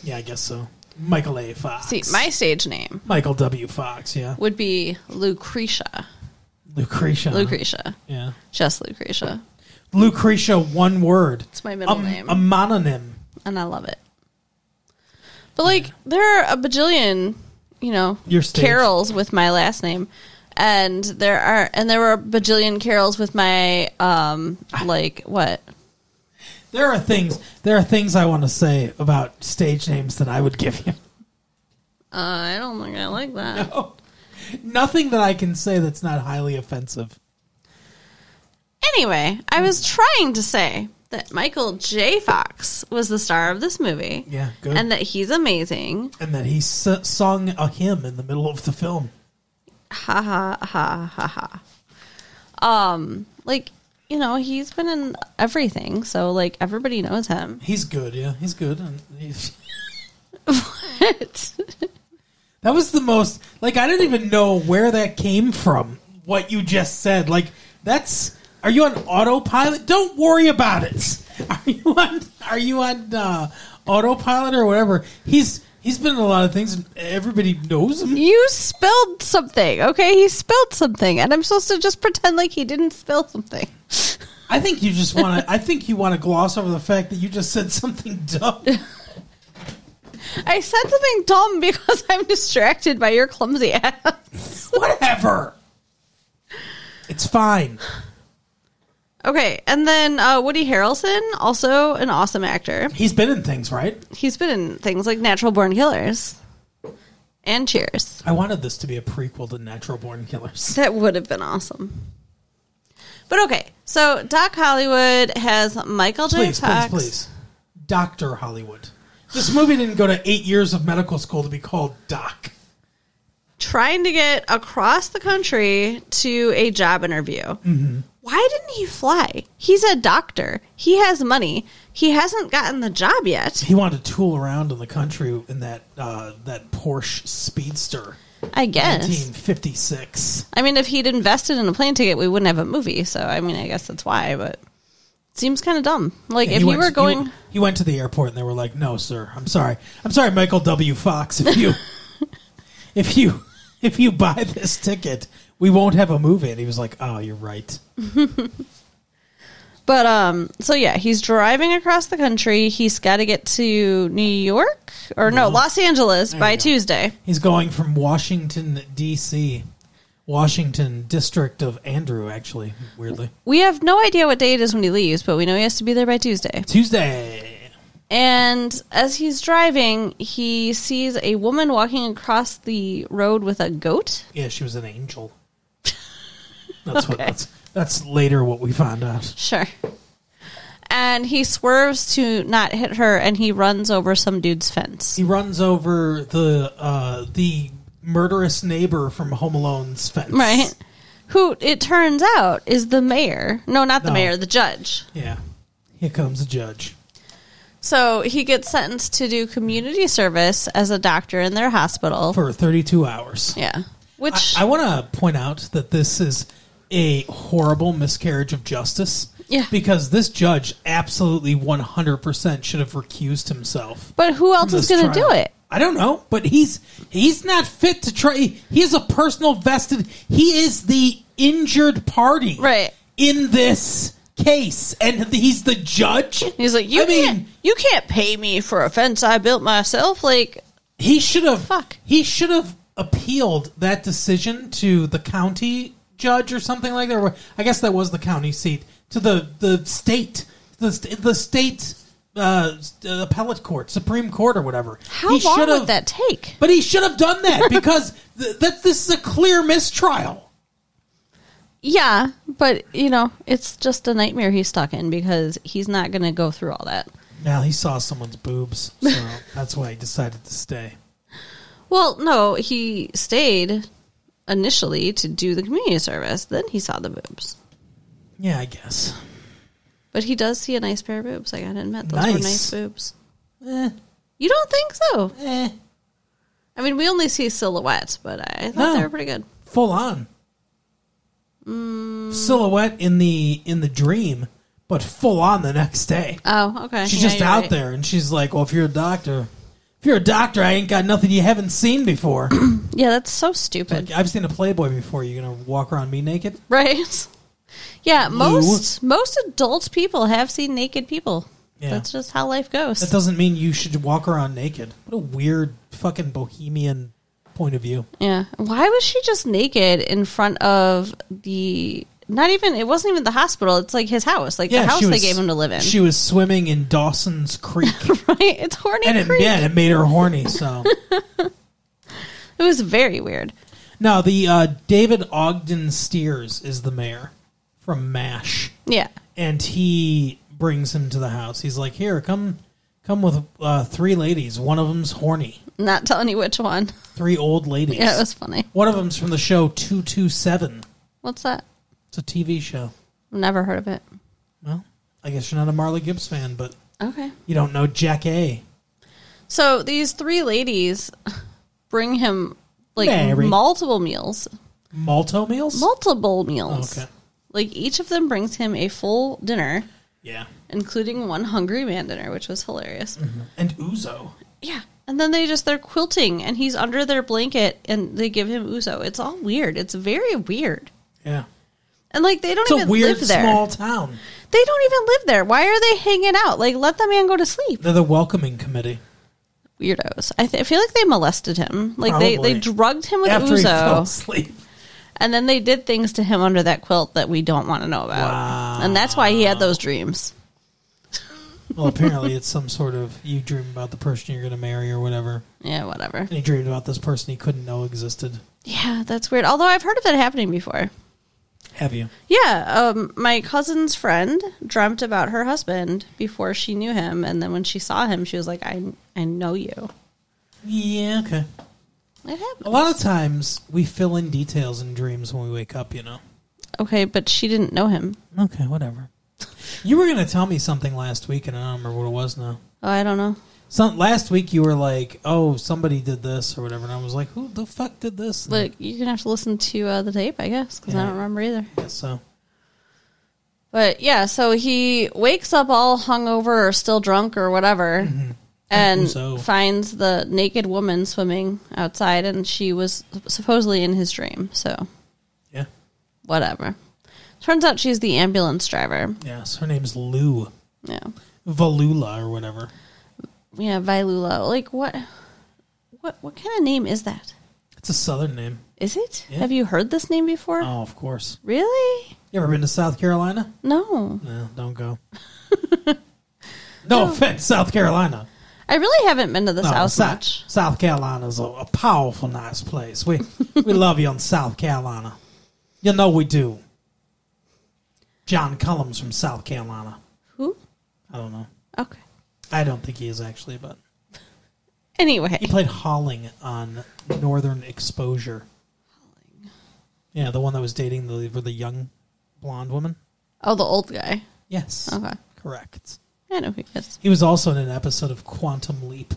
Speaker 1: yeah, I guess so. Michael A. Fox.
Speaker 2: See, my stage name
Speaker 1: Michael W. Fox. Yeah,
Speaker 2: would be Lucretia.
Speaker 1: Lucretia.
Speaker 2: Lucretia.
Speaker 1: Yeah,
Speaker 2: Just Lucretia.
Speaker 1: Lucretia. One word.
Speaker 2: It's my middle
Speaker 1: a,
Speaker 2: name.
Speaker 1: A mononym.
Speaker 2: and I love it. But like there are a bajillion, you know,
Speaker 1: Your stage.
Speaker 2: carols with my last name. And there are and there were a bajillion carols with my um like what?
Speaker 1: There are things. There are things I want to say about stage names that I would give you.
Speaker 2: Uh, I don't think I like that.
Speaker 1: Oh, nothing that I can say that's not highly offensive.
Speaker 2: Anyway, I was trying to say that Michael J. Fox was the star of this movie.
Speaker 1: Yeah, good.
Speaker 2: And that he's amazing.
Speaker 1: And that he s- sung a hymn in the middle of the film.
Speaker 2: ha ha ha ha ha. Um, like you know, he's been in everything, so like everybody knows him.
Speaker 1: He's good, yeah, he's good. And he's-
Speaker 2: But
Speaker 1: that was the most like I didn't even know where that came from. What you just said, like that's are you on autopilot? Don't worry about it. Are you on? Are you on uh, autopilot or whatever. He's he's been in a lot of things. and Everybody knows him.
Speaker 2: You spilled something, okay? He spilled something, and I'm supposed to just pretend like he didn't spill something.
Speaker 1: I think you just want to. I think you want to gloss over the fact that you just said something dumb.
Speaker 2: I said something dumb because I'm distracted by your clumsy ass.
Speaker 1: Whatever. It's fine.
Speaker 2: Okay, and then uh, Woody Harrelson, also an awesome actor.
Speaker 1: He's been in things, right?
Speaker 2: He's been in things like Natural Born Killers and Cheers.
Speaker 1: I wanted this to be a prequel to Natural Born Killers.
Speaker 2: That would have been awesome. But okay, so Doc Hollywood has Michael J.
Speaker 1: Please,
Speaker 2: Fox.
Speaker 1: please, please. Doctor Hollywood. This movie didn't go to eight years of medical school to be called Doc.
Speaker 2: trying to get across the country to a job interview.
Speaker 1: Mm-hmm.
Speaker 2: Why didn't he fly? He's a doctor. He has money. He hasn't gotten the job yet.
Speaker 1: He wanted to tool around in the country in that uh, that Porsche Speedster,
Speaker 2: I guess.
Speaker 1: nineteen fifty six.
Speaker 2: I mean, if he'd invested in a plane ticket, we wouldn't have a movie. So, I mean, I guess that's why, but it seems kind of dumb. Like, if you were going.
Speaker 1: he, went to the airport and they were like, "No, sir, I'm sorry, I'm sorry, Michael W. Fox. If you, if you, if you buy this ticket, we won't have a movie." And he was like, "Oh, you're right."
Speaker 2: But, um, so yeah, he's driving across the country. He's got to get to New York or no, Los Angeles by
Speaker 1: Uh-huh. you go.
Speaker 2: Tuesday.
Speaker 1: He's going from Washington D.C., Washington District of Andrew, actually, weirdly
Speaker 2: We have no idea what day it is when he leaves, but we know he has to be there by Tuesday.
Speaker 1: Tuesday.
Speaker 2: And as he's driving, he sees a woman walking across the road with a goat.
Speaker 1: Yeah, she was an angel. That's what. That's, that's later what we found out.
Speaker 2: Sure. And he swerves to not hit her and he runs over some dude's fence.
Speaker 1: He runs over the uh, the murderous neighbor from Home Alone's fence.
Speaker 2: Right? Who it turns out is the mayor. No, not the
Speaker 1: No.
Speaker 2: mayor, the judge.
Speaker 1: Yeah. Here comes the judge.
Speaker 2: So he gets sentenced to do community service as a doctor in their hospital.
Speaker 1: For 32 hours.
Speaker 2: yeah. Which
Speaker 1: I, I want to point out that this is a horrible miscarriage of justice.
Speaker 2: Yeah.
Speaker 1: Because this judge absolutely 100% should have recused himself.
Speaker 2: but who else
Speaker 1: from
Speaker 2: is
Speaker 1: this
Speaker 2: going to
Speaker 1: trial.
Speaker 2: do it?
Speaker 1: I don't know, but he's he's not fit to try. He is a personal vested. He is the injured party,
Speaker 2: Right.
Speaker 1: In this case, and he's the judge.
Speaker 2: He's like, you
Speaker 1: I mean,
Speaker 2: can't, you can't pay me for a fence I built myself. Like,
Speaker 1: He should have.
Speaker 2: Fuck.
Speaker 1: He should have appealed that decision to the county judge or something like that. Or I guess that was the county seat to the the state, the st- the state uh, st- appellate court, Supreme Court, or whatever.
Speaker 2: how
Speaker 1: he
Speaker 2: long
Speaker 1: should
Speaker 2: would
Speaker 1: have-
Speaker 2: that take?
Speaker 1: But he should have done that because th- that this is a clear mistrial.
Speaker 2: Yeah, but you know, it's just a nightmare he's stuck in because he's not going to go through all that.
Speaker 1: Now he saw someone's boobs, so that's why he decided to stay.
Speaker 2: Well, no, he stayed initially to do the community service. Then he saw the boobs,
Speaker 1: Yeah, I guess.
Speaker 2: but he does see a nice pair of boobs. I gotta admit, those were
Speaker 1: Nice.
Speaker 2: nice boobs.
Speaker 1: Eh,
Speaker 2: You don't think so?
Speaker 1: eh,
Speaker 2: I mean, we only see silhouettes, but I thought
Speaker 1: No.
Speaker 2: they were pretty good.
Speaker 1: full on Mm. silhouette in the in the dream, but full on the next day.
Speaker 2: Oh, okay.
Speaker 1: She's
Speaker 2: Yeah,
Speaker 1: just
Speaker 2: you're
Speaker 1: out
Speaker 2: right.
Speaker 1: there, and she's like, "Well, if you're a doctor, if you're a doctor, I ain't got nothing you haven't seen before.
Speaker 2: Yeah, that's so stupid.
Speaker 1: Like, I've seen a Playboy before. You're gonna walk around me naked?
Speaker 2: Right. Yeah, most most adult people have seen naked people.
Speaker 1: Yeah.
Speaker 2: That's just how life goes.
Speaker 1: That doesn't mean you should walk around naked. What a weird fucking bohemian point of view.
Speaker 2: yeah. Why was she just naked in front of the not even it wasn't even the hospital, it's like his house, like the house
Speaker 1: she
Speaker 2: they
Speaker 1: was-
Speaker 2: gave him to live in.
Speaker 1: She was swimming in Dawson's Creek,
Speaker 2: right? It's horny
Speaker 1: and it,
Speaker 2: creep.
Speaker 1: yeah, it made her horny. So.
Speaker 2: It was very weird.
Speaker 1: No, the uh, David Ogden Steers is the mayor from MASH,
Speaker 2: Yeah.
Speaker 1: and he brings him to the house. He's like, "Here, come, come with uh, three ladies. One of them's horny.
Speaker 2: Not telling you which one.
Speaker 1: Three old ladies.
Speaker 2: Yeah, it was funny.
Speaker 1: One of them's from the show Two Two Seven.
Speaker 2: What's that?
Speaker 1: It's a TV show.
Speaker 2: Never heard of it.
Speaker 1: Well, I guess you're not a Marley Gibbs fan, but
Speaker 2: Okay.
Speaker 1: you don't know Jack A.
Speaker 2: So these three ladies bring him like
Speaker 1: Mary.
Speaker 2: multiple meals.
Speaker 1: Malto meals.
Speaker 2: Multiple meals.
Speaker 1: Okay.
Speaker 2: Like each of them brings him a full dinner
Speaker 1: Yeah.
Speaker 2: including one hungry man dinner, which was hilarious.
Speaker 1: And Uzo.
Speaker 2: Yeah. And then they just they're quilting and he's under their blanket and they give him Uzo. It's all weird. It's very weird.
Speaker 1: Yeah.
Speaker 2: And like they don't
Speaker 1: It's a
Speaker 2: even
Speaker 1: weird
Speaker 2: live there.
Speaker 1: small town.
Speaker 2: They don't even live there. Why are they hanging out? Like let the man go to sleep.
Speaker 1: They're the welcoming committee.
Speaker 2: Weirdos. I, th- I feel like they molested him. Like they they
Speaker 1: Probably.
Speaker 2: drugged him with
Speaker 1: After he fell
Speaker 2: Uzo
Speaker 1: asleep.
Speaker 2: and then they did things to him under that quilt that we don't want to know about.
Speaker 1: Wow.
Speaker 2: And that's why he had those dreams.
Speaker 1: Well, apparently it's some sort of you dream about the person you're going to marry or whatever.
Speaker 2: Yeah, whatever.
Speaker 1: And he dreamed about this person he couldn't know existed.
Speaker 2: Yeah, that's weird. Although I've heard of that happening before.
Speaker 1: Have you?
Speaker 2: Yeah, um, my cousin's friend dreamt about her husband before she knew him, and then when she saw him, she was like, "I, I know you."
Speaker 1: Yeah, okay.
Speaker 2: It happened.
Speaker 1: A lot of times we fill in details in dreams when we wake up, you know.
Speaker 2: Okay, but she didn't know him.
Speaker 1: Okay, whatever. You were going to tell me something last week, and I don't remember what it was now.
Speaker 2: Oh, I don't know.
Speaker 1: Some, last week you were like, "Oh, somebody did this or whatever," and I was like, "Who the fuck did this?" And
Speaker 2: Look, you're gonna have to listen to uh, the tape, I guess, because I
Speaker 1: Yeah.
Speaker 2: don't remember either.
Speaker 1: I guess so
Speaker 2: But yeah, so he wakes up all hungover or still drunk or whatever, and
Speaker 1: Mm-hmm. So-
Speaker 2: finds the naked woman swimming outside, and she was supposedly in his dream. So
Speaker 1: yeah,
Speaker 2: whatever. Turns out she's the ambulance driver.
Speaker 1: yes. Her name's Lou
Speaker 2: Yeah.
Speaker 1: Valula or whatever.
Speaker 2: Yeah, Vailula. Like what? What what kind of name is that?
Speaker 1: It's a southern name.
Speaker 2: Is it?
Speaker 1: Yeah.
Speaker 2: Have you heard this name before?
Speaker 1: Oh, of course.
Speaker 2: Really?
Speaker 1: You ever been to South Carolina?
Speaker 2: No.
Speaker 1: No, don't go. no offense, South Carolina.
Speaker 2: I really haven't been to the
Speaker 1: No,
Speaker 2: South
Speaker 1: Sou-
Speaker 2: much.
Speaker 1: South Carolina's a, a powerful, nice place. We we love you in South Carolina. You know we do. John Cullum's from South Carolina.
Speaker 2: Who?
Speaker 1: I don't know.
Speaker 2: Okay.
Speaker 1: I don't think he is actually, but
Speaker 2: Anyway,
Speaker 1: he played Holling on Northern Exposure. Holling. Yeah, the one that was dating the the young blonde woman.
Speaker 2: oh, the old guy.
Speaker 1: Yes,
Speaker 2: Okay.
Speaker 1: correct.
Speaker 2: I know who he is.
Speaker 1: He was also in an episode of Quantum Leap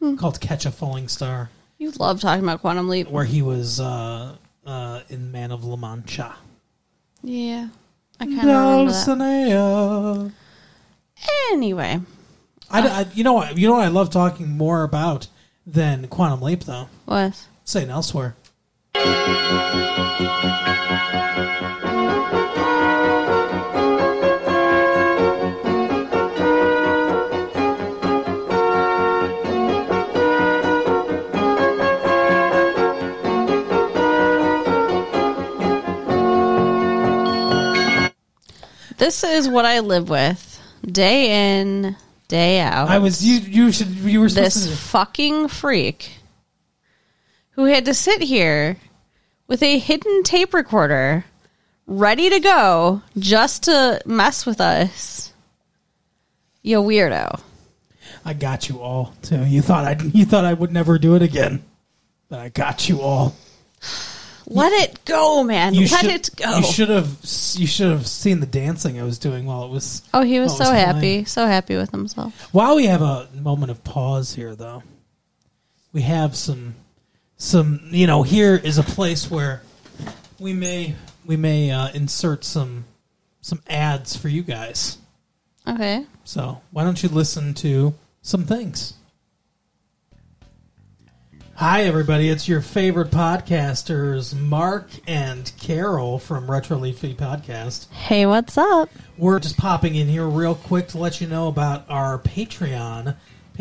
Speaker 2: Hmm.
Speaker 1: called Catch a Falling Star,
Speaker 2: You love talking about Quantum Leap.
Speaker 1: where he was uh, uh, in Man of La Mancha.
Speaker 2: Yeah. I kind of remember that.
Speaker 1: Dulcinea.
Speaker 2: Anyway,
Speaker 1: I, I, you know what? You know what I love talking more about than Quantum Leap, though.
Speaker 2: what?
Speaker 1: Saying elsewhere.
Speaker 2: This is what I live with day in, day out.
Speaker 1: I was you. You should. You were supposed
Speaker 2: this
Speaker 1: to.
Speaker 2: fucking freak who had to sit here with a hidden tape recorder ready to go just to mess with us. You weirdo.
Speaker 1: I got you all too. You thought I you thought I would never do it again, but I got you all.
Speaker 2: Let it go, man.
Speaker 1: You
Speaker 2: Let
Speaker 1: should-
Speaker 2: it go.
Speaker 1: You should have you should have seen the dancing I was doing while it was.
Speaker 2: Oh, he was
Speaker 1: while it
Speaker 2: so
Speaker 1: playing.
Speaker 2: happy. So happy with himself.
Speaker 1: While we have a moment of pause here, though, we have some some you know here is a place where we may we may uh, insert some some ads for you guys.
Speaker 2: Okay.
Speaker 1: So why don't you listen to some things? Hi, everybody. It's your favorite podcasters, Mark and Carol from Retro Leafy Podcast.
Speaker 2: Hey, what's up?
Speaker 1: We're just popping in here real quick to let you know about our Patreon.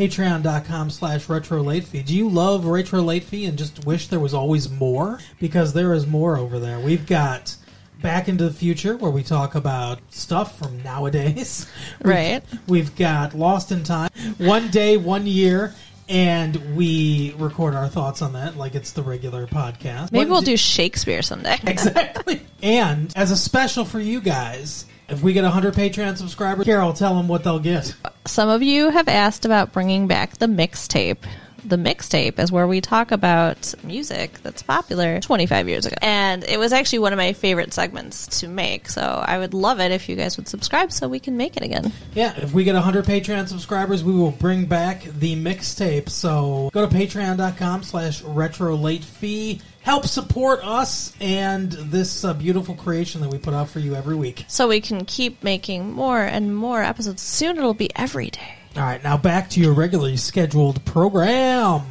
Speaker 1: Patreon.com slash retro late fee. Do you love retro late fee and just wish there was always more? Because there is more over there. We've got Back into the Future, where we talk about stuff from nowadays. We've-
Speaker 2: Right.
Speaker 1: We've got Lost in Time, One Day, One Year, and we record our thoughts on that like it's the regular podcast.
Speaker 2: Maybe
Speaker 1: What
Speaker 2: we'll
Speaker 1: d-
Speaker 2: do Shakespeare someday.
Speaker 1: Exactly. and as a special for you guys, if we get 100 Patreon subscribers, Carol, tell them what they'll get.
Speaker 2: Some of you have asked about bringing back the mixtape,
Speaker 3: the mixtape is where we talk about music that's popular 25 years ago. And it was actually one of my favorite segments to make. So I would love it if you guys would subscribe so we can make it again.
Speaker 1: Yeah, if we get 100 Patreon subscribers, we will bring back the mixtape. So go to patreon.com slash retro late fee. Help support us and this uh, beautiful creation that we put out for you every week.
Speaker 3: So we can keep making more and more episodes. Soon it'll be every day.
Speaker 1: All right, now back to your regularly scheduled program.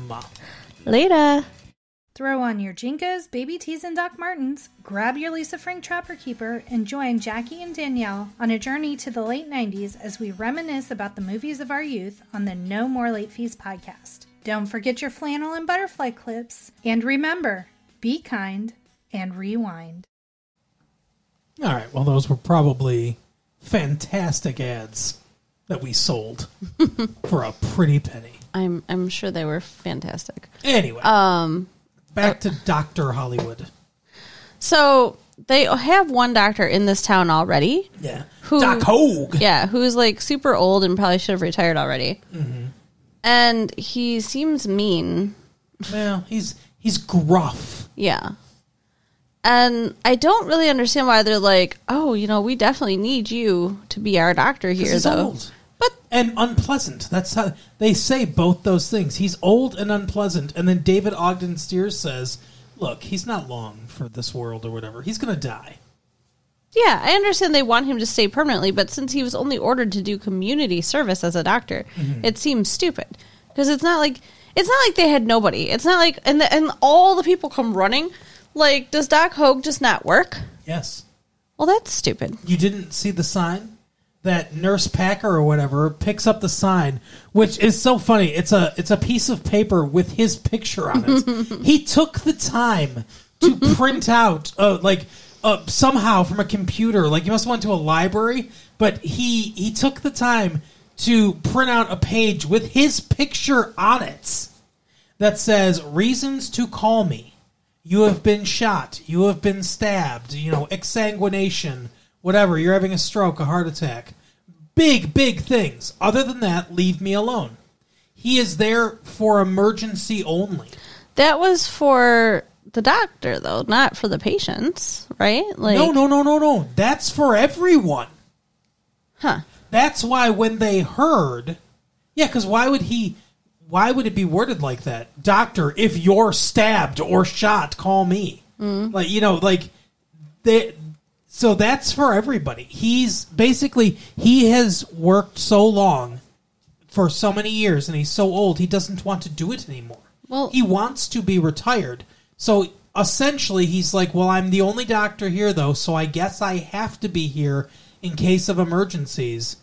Speaker 3: Later.
Speaker 4: Throw on your Jinkos, baby tees, and Doc Martens, grab your Lisa Frank Trapper Keeper, and join Jackie and Danielle on a journey to the late 90s as we reminisce about the movies of our youth on the No More Late Fees podcast. Don't forget your flannel and butterfly clips. And remember, be kind and rewind.
Speaker 1: All right, well, those were probably fantastic ads that we sold for a pretty penny.
Speaker 2: I'm I'm sure they were fantastic.
Speaker 1: Anyway,
Speaker 2: Um,
Speaker 1: back to Dr. Hollywood.
Speaker 2: so they have one doctor in this town already.
Speaker 1: Yeah.
Speaker 2: Who-
Speaker 1: Doc Hogue.
Speaker 2: Yeah, who's like super old and probably should have retired already.
Speaker 1: Mm-hmm.
Speaker 2: And he seems mean.
Speaker 1: Well, he's he's gruff.
Speaker 2: Yeah. And I don't really understand why they're like, oh, you know, we definitely need you to be our doctor here,
Speaker 1: he's
Speaker 2: though.
Speaker 1: old. But and unpleasant. That's how they say both those things. He's old and unpleasant. And then David Ogden Steer says, "Look, he's not long for this world or whatever. He's going to die."
Speaker 2: Yeah, I understand they want him to stay permanently, but since he was only ordered to do community service as a doctor,
Speaker 1: Mm-hmm.
Speaker 2: it seems stupid because it's not like it's not like they had nobody. It's not like and the, and all the people come running. Like, does Doc Hogue just not work?
Speaker 1: Yes.
Speaker 2: Well, that's stupid.
Speaker 1: You didn't see the sign? That Nurse Packer or whatever picks up the sign, which is so funny. It's a it's a piece of paper with his picture on it. he took the time to print out uh, like uh, somehow from a computer. Like he must have went to a library, but he he took the time to print out a page with his picture on it that says reasons to call me you have been shot you have been stabbed you know exsanguination whatever you're having a stroke a heart attack big big things other than that leave me alone he is there for emergency only
Speaker 2: That was for the doctor, though, not for the patients, right? Like,
Speaker 1: no no no no no that's for everyone
Speaker 2: huh?
Speaker 1: That's why when they heard, yeah, because why would he? Why would it be worded like that, Doctor? If you're stabbed or shot, call me. Like you know, like they. So that's for everybody. He's basically he has worked so long for so many years, and he's so old he doesn't want to do it anymore.
Speaker 2: Well-
Speaker 1: he wants to be retired. So essentially, he's like, "Well, I'm the only doctor here, though, so I guess I have to be here in case of emergencies."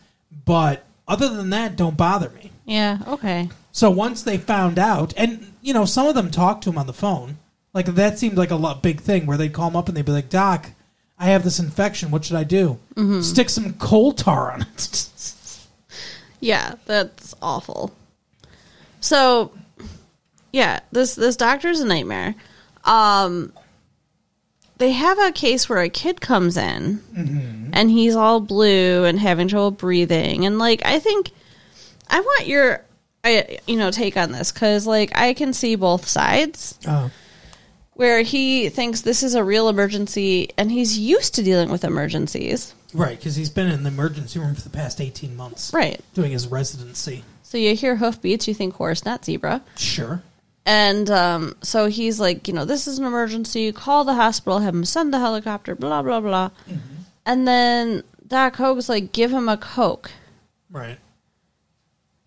Speaker 1: But other than that, don't bother me.
Speaker 2: Yeah. Okay.
Speaker 1: So once they found out, and you know, some of them talked to him on the phone. Like that seemed like a lot, big thing where they'd call him up and they'd be like, "Doc, I have this infection. What should I do? Stick some coal tar on it."
Speaker 2: Yeah, that's awful. So, yeah, this this doctor's a nightmare. Um, they have a case where a kid comes in and he's all blue and having trouble breathing, and like I think I want your I you know take on this because like I can see both sides
Speaker 1: Oh,
Speaker 2: where he thinks this is a real emergency and he's used to dealing with emergencies,
Speaker 1: right, because he's been in the emergency room for the past eighteen months,
Speaker 2: right?
Speaker 1: doing his residency.
Speaker 2: So you hear hoofbeats, you think horse, not zebra.
Speaker 1: Sure.
Speaker 2: And um, so he's like, you know, this is an emergency. Call the hospital, have him send the helicopter, blah, blah, blah. And then Doc Hogue's like, give him a Coke.
Speaker 1: Right.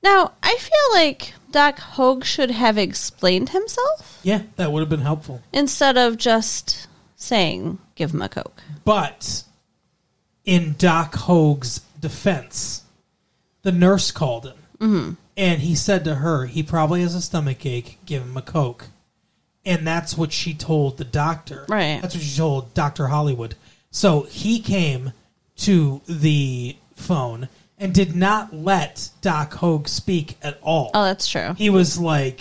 Speaker 2: Now, I feel like Doc Hogue should have explained himself
Speaker 1: Yeah, that would have been helpful.
Speaker 2: instead of just saying, give him a Coke.
Speaker 1: But in Doc Hogue's defense, the nurse called him.
Speaker 2: Mm-hmm.
Speaker 1: And he said to her, he probably has a stomach ache, give him a Coke. And that's what she told the doctor.
Speaker 2: Right.
Speaker 1: That's what she told Dr. Hollywood. So he came to the phone and did not let Doc Hogue speak at all
Speaker 2: Oh, that's true.
Speaker 1: he was like,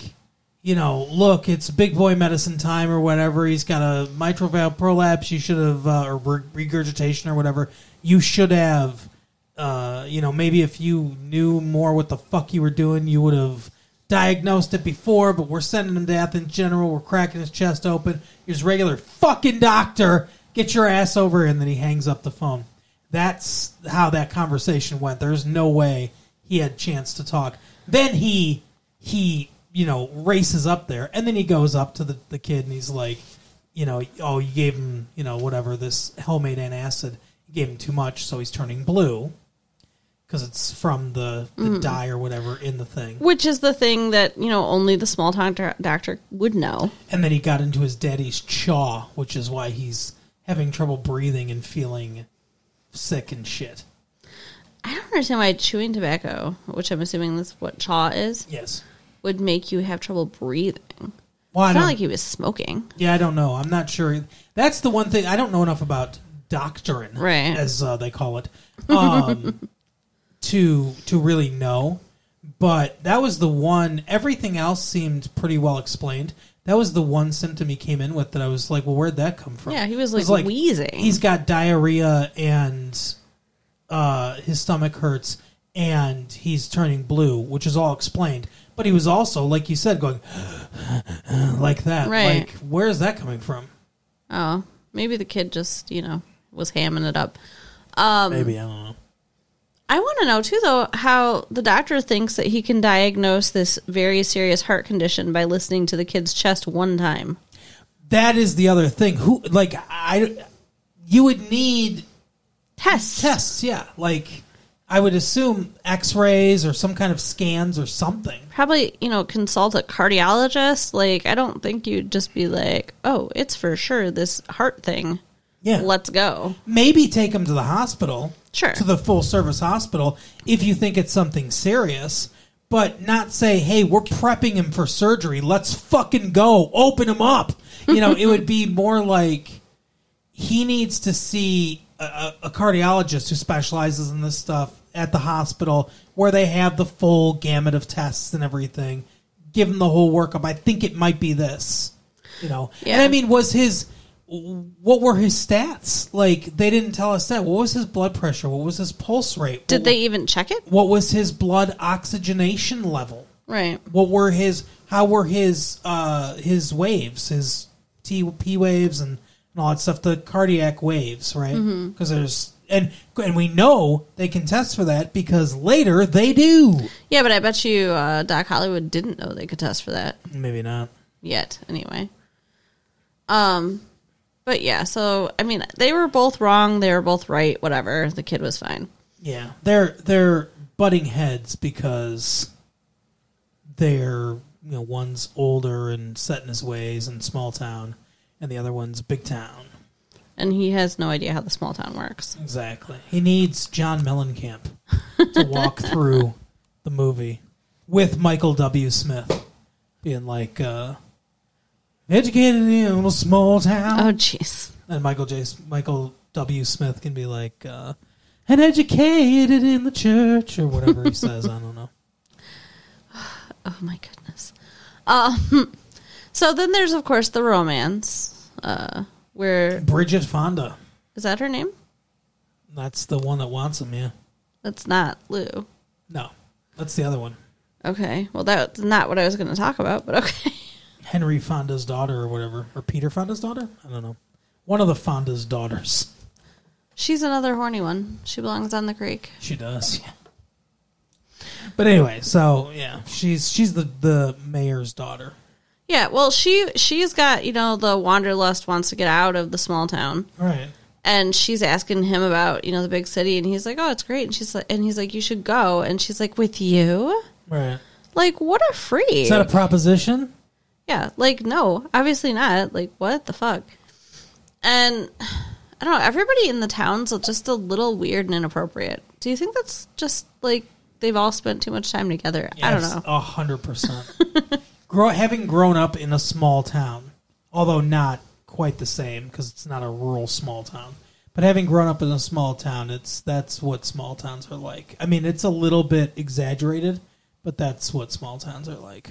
Speaker 1: you know, look, it's big boy medicine time or whatever. He's got a mitral valve prolapse. You should have, uh, or re- regurgitation or whatever. You should have, uh, you know, maybe if you knew more what the fuck you were doing, you would have diagnosed it before, but we're sending him to Athens General. We're cracking his chest open. Here's regular fucking doctor. Get your ass over here. And then he hangs up the phone. That's how that conversation went. There's no way he had chance to talk. Then he he you know races up there, and then he goes up to the, the kid and he's like, you know, oh you gave him you know whatever this helmate antacid. You gave him too much, so he's turning blue because it's from the, the
Speaker 2: Mm.
Speaker 1: dye or whatever in the thing.
Speaker 2: Which is the thing that, you know, only the small town doc- doctor would know.
Speaker 1: And then he got into his daddy's chaw, which is why he's having trouble breathing and feeling sick and shit.
Speaker 2: I don't understand why chewing tobacco, which I'm assuming that's what chaw is,
Speaker 1: Yes.
Speaker 2: would make you have trouble breathing.
Speaker 1: Well, I
Speaker 2: It's not
Speaker 1: don't,
Speaker 2: like he was smoking.
Speaker 1: yeah, I don't know. I'm not sure. That's the one thing I don't know enough about doctrine,
Speaker 2: Right.
Speaker 1: as uh, they call it, um, to to really know. But that was the one. Everything else seemed pretty well explained. That was the one symptom he came in with that I was like, "Well, where'd that come from?"
Speaker 2: Yeah, he was
Speaker 1: It
Speaker 2: like, wheezing.
Speaker 1: He's got diarrhea and uh, his stomach hurts and he's turning blue, which is all explained. But he was also, like you said, going like that.
Speaker 2: Right.
Speaker 1: Like, where is that coming from?
Speaker 2: Oh, maybe the kid just, you know, was hamming it up.
Speaker 1: Maybe I don't know.
Speaker 2: I want to know too, though, how the doctor thinks that he can diagnose this very serious heart condition by listening to the kid's chest one time.
Speaker 1: That is the other thing. Who like I? You would need
Speaker 2: Tests.
Speaker 1: tests. Yeah. Like I would assume X-rays or some kind of scans or something.
Speaker 2: Probably, you know, consult a cardiologist. Like, I don't think you'd just be like, oh, it's for sure this heart thing.
Speaker 1: Yeah.
Speaker 2: Let's go.
Speaker 1: maybe take him to the hospital
Speaker 2: Sure.
Speaker 1: to the full service hospital if you think it's something serious but not say hey we're prepping him for surgery let's fucking go open him up you know it would be more like he needs to see a, a, a cardiologist who specializes in this stuff at the hospital where they have the full gamut of tests and everything give him the whole workup i think it might be this you know and
Speaker 2: Yeah.
Speaker 1: i mean was his what were his stats like they didn't tell us that what was his blood pressure what was his pulse rate
Speaker 2: Did
Speaker 1: what,
Speaker 2: they even check it?
Speaker 1: what was his blood oxygenation level
Speaker 2: Right.
Speaker 1: what were his how were his uh his waves his t p waves and, and all that stuff the cardiac waves right
Speaker 2: Mm-hmm.
Speaker 1: because there's and and we know they can test for that because later they do
Speaker 2: Yeah, but I bet you uh, Doc Hollywood didn't know they could test for that.
Speaker 1: maybe not
Speaker 2: yet anyway um but yeah so i mean they were both wrong they were both right whatever the kid was fine
Speaker 1: yeah they're they're butting heads because they're you know one's older and set in his ways and small town and the other one's big town
Speaker 2: and he has no idea how the small town works
Speaker 1: Exactly. He needs John Mellencamp to walk through the movie with Michael W. Smith being like, uh, educated in a little small town.
Speaker 2: oh jeez
Speaker 1: and Michael J. S- Michael W. Smith can be like, uh, and educated in the church or whatever he says. I don't know.
Speaker 2: oh my goodness um so then there's of course the romance uh where
Speaker 1: Bridget Fonda.
Speaker 2: is that her name
Speaker 1: That's the one that wants him, yeah.
Speaker 2: that's not lou
Speaker 1: No, that's the other one.
Speaker 2: okay well that's not what i was going to talk about but okay
Speaker 1: Henry Fonda's daughter or whatever. Or Peter Fonda's daughter? I don't know. One of the Fonda's daughters.
Speaker 2: she's another horny one she belongs on the creek
Speaker 1: She does. Yeah. But anyway, so yeah, she's she's the the mayor's daughter,
Speaker 2: Yeah, well, she she's got you know the wanderlust wants to get out of the small town,
Speaker 1: right?
Speaker 2: and she's asking him about you know the big city, and he's like, "Oh, it's great," and she's like, and he's like, "You should go," and she's like, "With you?"
Speaker 1: Right.
Speaker 2: Like, what a freak!
Speaker 1: Is that a proposition?
Speaker 2: yeah, like no, obviously not. Like, what the fuck? And I don't know. Everybody in the town's just a little weird and inappropriate. Do you think that's just like they've all spent too much time together? I don't
Speaker 1: Yes,
Speaker 2: know.
Speaker 1: A hundred percent. Grow having grown up in a small town, although not quite the same because it's not a rural small town. But having grown up in a small town, it's that's what small towns are like. I mean, it's a little bit exaggerated, but that's what small towns are like.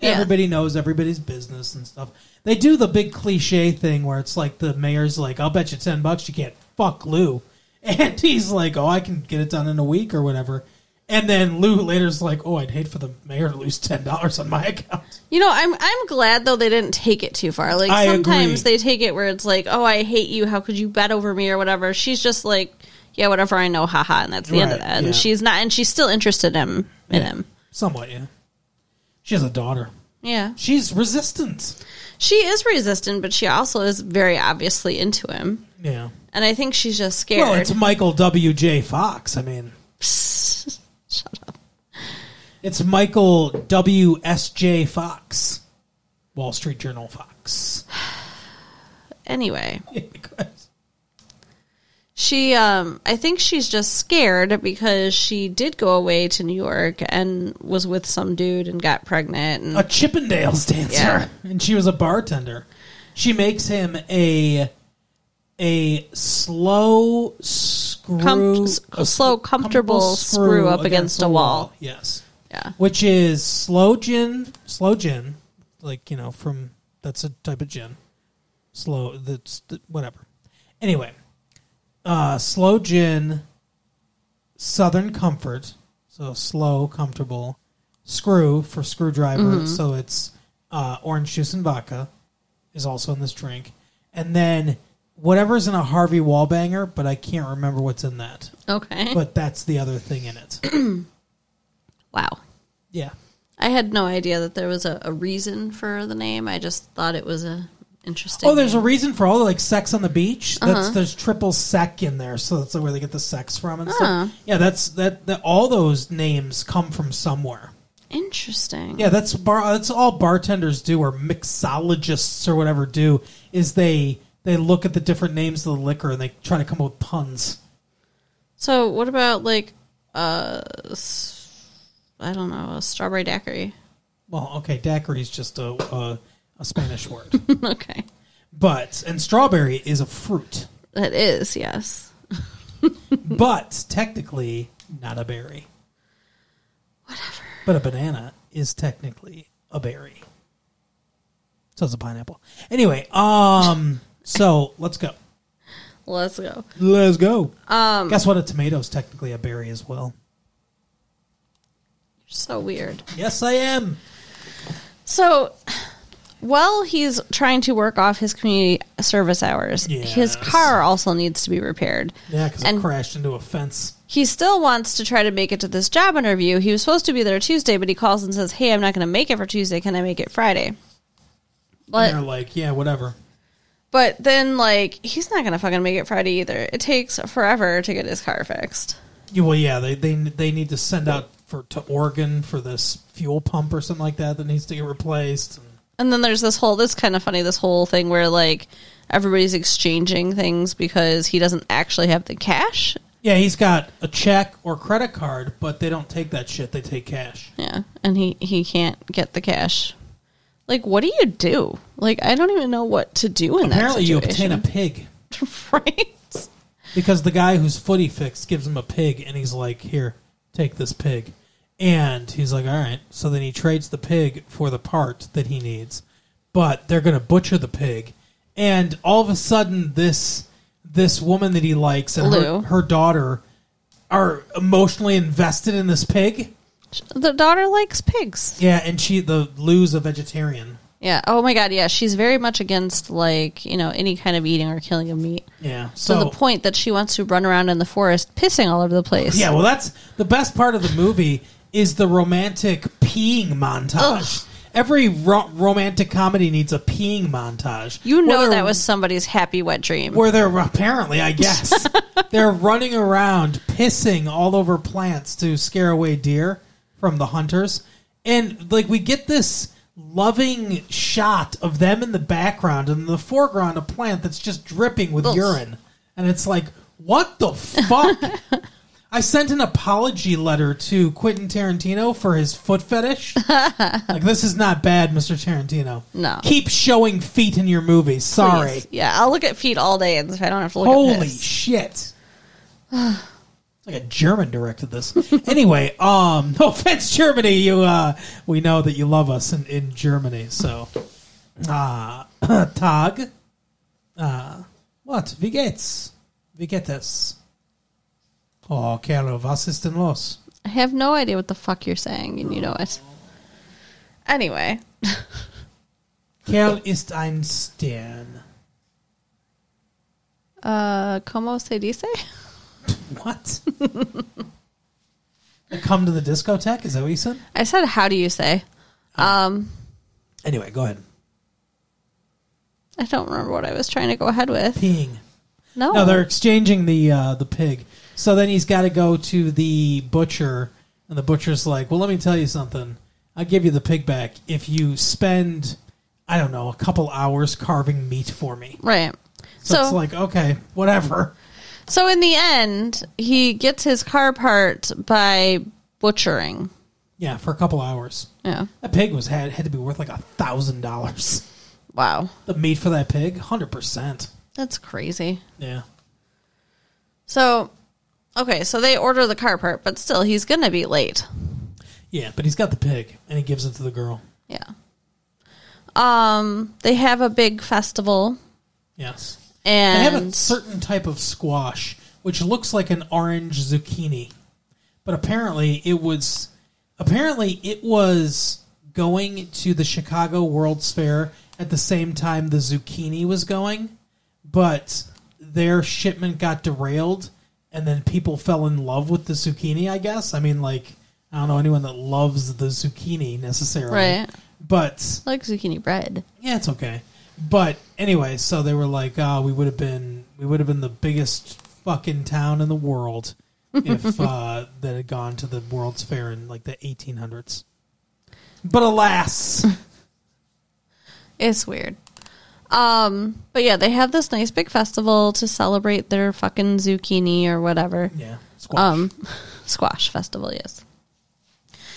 Speaker 2: Yeah.
Speaker 1: Everybody knows everybody's business and stuff. They do the big cliche thing where it's like the mayor's like, "I'll bet you ten bucks you can't fuck Lou," and he's like, "Oh, I can get it done in a week or whatever." And then Lou later's like, "Oh, I'd hate for the mayor to lose ten dollars on my account."
Speaker 2: You know, I'm I'm glad though they didn't take it too far. Like
Speaker 1: I
Speaker 2: sometimes
Speaker 1: agree.
Speaker 2: they take it where it's like, "Oh, I hate you. How could you bet over me?" or whatever. She's just like, "Yeah, whatever. I know. Haha." And that's the end of
Speaker 1: Right,
Speaker 2: that.
Speaker 1: yeah.
Speaker 2: And she's not, and she's still interested in him. In him.
Speaker 1: Somewhat, yeah. She has a daughter.
Speaker 2: Yeah,
Speaker 1: She's resistant.
Speaker 2: she is resistant, but she also is very obviously into him.
Speaker 1: Yeah.
Speaker 2: And I think she's just scared.
Speaker 1: Well, it's Michael W. J. Fox. I mean,
Speaker 2: Shut up.
Speaker 1: it's Michael W. S. J. Fox, Wall Street Journal Fox.
Speaker 2: Anyway, she um I think she's just scared because she did go away to New York and was with some dude and got pregnant and
Speaker 1: a Chippendales dancer,
Speaker 2: Yeah.
Speaker 1: and she was a bartender. She makes him a a slow screw,
Speaker 2: Com- s-
Speaker 1: a
Speaker 2: slow, comfortable screw up against a wall.
Speaker 1: Yes,
Speaker 2: yeah.
Speaker 1: which is slow gin, slow gin, like you know from that's a type of gin. Slow, that's th- whatever. Anyway, uh, slow gin, Southern comfort, so slow, comfortable. Screw for screwdriver,
Speaker 2: Mm-hmm.
Speaker 1: so it's uh, orange juice and vodka is also in this drink, and then whatever's in a Harvey Wallbanger, but I can't remember what's in that.
Speaker 2: Okay.
Speaker 1: But that's the other thing in it.
Speaker 2: wow.
Speaker 1: Yeah.
Speaker 2: I had no idea that there was a, a reason for the name. I just thought it was a interesting.
Speaker 1: Oh, there's a
Speaker 2: name.
Speaker 1: reason for all the like sex on the beach. That's there's triple sec in there, so that's where they get the sex from and stuff. Yeah, that's that, that. All those names come from somewhere.
Speaker 2: interesting.
Speaker 1: Yeah, that's bar. That's all bartenders do, or mixologists, or whatever do is they they look at the different names of the liquor and they try to come up with puns.
Speaker 2: So what about like uh s- I don't know, a strawberry daiquiri.
Speaker 1: Well, okay, daiquiri is just a a, a Spanish word,
Speaker 2: okay.
Speaker 1: but and strawberry is a fruit,
Speaker 2: That is, yes.
Speaker 1: but technically not a berry. Whatever. But a banana is technically a berry. So it's a pineapple. Anyway, um, so let's go.
Speaker 2: Let's go.
Speaker 1: Let's go. Um, Guess what? A tomato is technically a berry as well.
Speaker 2: So weird.
Speaker 1: Yes, I am.
Speaker 2: So while he's trying to work off his community service hours,
Speaker 1: Yes.
Speaker 2: his car also needs to be repaired.
Speaker 1: Yeah, because I
Speaker 2: And-
Speaker 1: crashed into a fence.
Speaker 2: He still wants to try to make it to this job interview. He was supposed to be there Tuesday, but he calls and says, "Hey, I'm not going to make it for Tuesday. Can I make it Friday?"
Speaker 1: and
Speaker 2: But
Speaker 1: they're like, yeah, whatever.
Speaker 2: but then like he's not going to fucking make it Friday either. It takes forever to get his car fixed.
Speaker 1: Yeah, well, yeah, they, they they need to send out for to Oregon for this fuel pump or something like that that needs to get replaced.
Speaker 2: And then there's this whole this kind of funny this whole thing where like everybody's exchanging things because he doesn't actually have the cash.
Speaker 1: Yeah, he's got a check or credit card, but they don't take that shit. They take cash.
Speaker 2: Yeah, and he he can't get the cash. Like, what do you do? Like, I don't even know what to do in
Speaker 1: Apparently,
Speaker 2: that
Speaker 1: you obtain
Speaker 2: situation.
Speaker 1: a pig
Speaker 2: right?
Speaker 1: because the guy whose foot he fixed gives him a pig, and he's like, "Here, take this pig," and he's like, "All right." So then he trades the pig for the part that he needs, but they're gonna butcher the pig, and all of a sudden, this this woman that he likes and her,
Speaker 2: Lou.
Speaker 1: her daughter are emotionally invested in this pig.
Speaker 2: The daughter likes pigs.
Speaker 1: Yeah, and she the Lou's a vegetarian.
Speaker 2: Yeah. Oh my god. Yeah. She's very much against like you know any kind of eating or killing of meat.
Speaker 1: Yeah, so,
Speaker 2: So the point that she wants to run around in the forest pissing all over the place.
Speaker 1: Yeah, well, that's the best part of the movie is the romantic peeing montage. Every ro- romantic comedy needs a peeing montage.
Speaker 2: You
Speaker 1: Where
Speaker 2: know
Speaker 1: they're-
Speaker 2: that was somebody's happy wet dream.
Speaker 1: where they're apparently, I guess, they're running around pissing all over plants to scare away deer from the hunters, and like we get this loving shot of them in the background and in the foreground a plant that's just dripping with urine, and it's like, what the fuck. I sent an apology letter to Quentin Tarantino for his foot fetish. like this is not bad, Mr. Tarantino.
Speaker 2: No.
Speaker 1: Keep showing feet in your movies. Sorry.
Speaker 2: Please. Yeah. I'll look at feet all day, and if I don't have to look at
Speaker 1: Holy
Speaker 2: piss.
Speaker 1: shit! It's like a German directed this. anyway, um, no offense, Germany. You, uh, we know that you love us in, in Germany. So, uh, Tag, uh, what? Wie geht's? Wie geht es? Oh, Carlo, was ist denn los?
Speaker 2: I have no idea what the fuck you're saying, and you know it. Anyway,
Speaker 1: Kerl ist ein Stern.
Speaker 2: uh, como se dice?
Speaker 1: What? I come to the discotheque? Is that what you said?
Speaker 2: I said, how do you say? Um,
Speaker 1: Anyway, go ahead.
Speaker 2: I don't remember what I was trying to go ahead with.
Speaker 1: Peeing.
Speaker 2: No,
Speaker 1: No, they're exchanging the uh, the pig. So then he's got to go to the butcher, and the butcher's like, "Well, let me tell you something. I'll give you the pig back if you spend, I don't know, a couple hours carving meat for me."
Speaker 2: right.
Speaker 1: So,
Speaker 2: So,
Speaker 1: it's like, okay, whatever.
Speaker 2: so in the end, he gets his car part by butchering.
Speaker 1: Yeah, for a couple hours.
Speaker 2: Yeah.
Speaker 1: That pig was had had to be worth like a thousand dollars.
Speaker 2: Wow.
Speaker 1: The meat for that pig, hundred percent.
Speaker 2: That's crazy.
Speaker 1: Yeah.
Speaker 2: So, okay, so they order the car part, but still, he's going to be late.
Speaker 1: Yeah, but he's got the pig, and he gives it to the girl.
Speaker 2: Yeah. Um, they have a big festival,
Speaker 1: Yes. They have a
Speaker 2: and
Speaker 1: certain type of squash which looks like an orange zucchini, but apparently it was apparently it was going to the Chicago World's Fair at the same time the zucchini was going, but their shipment got derailed, and then people fell in love with the zucchini. I guess I mean like I don't know anyone that loves the zucchini necessarily,
Speaker 2: Right.
Speaker 1: But
Speaker 2: like zucchini bread.
Speaker 1: yeah, it's okay. But anyway, so they were like, "Oh, we would have been, we would have been the biggest fucking town in the world if uh, that had gone to the World's Fair in like the 1800s." But alas,
Speaker 2: It's weird. Um, but yeah, they have this nice big festival to celebrate their fucking zucchini or whatever.
Speaker 1: yeah, squash.
Speaker 2: Um, squash festival, yes.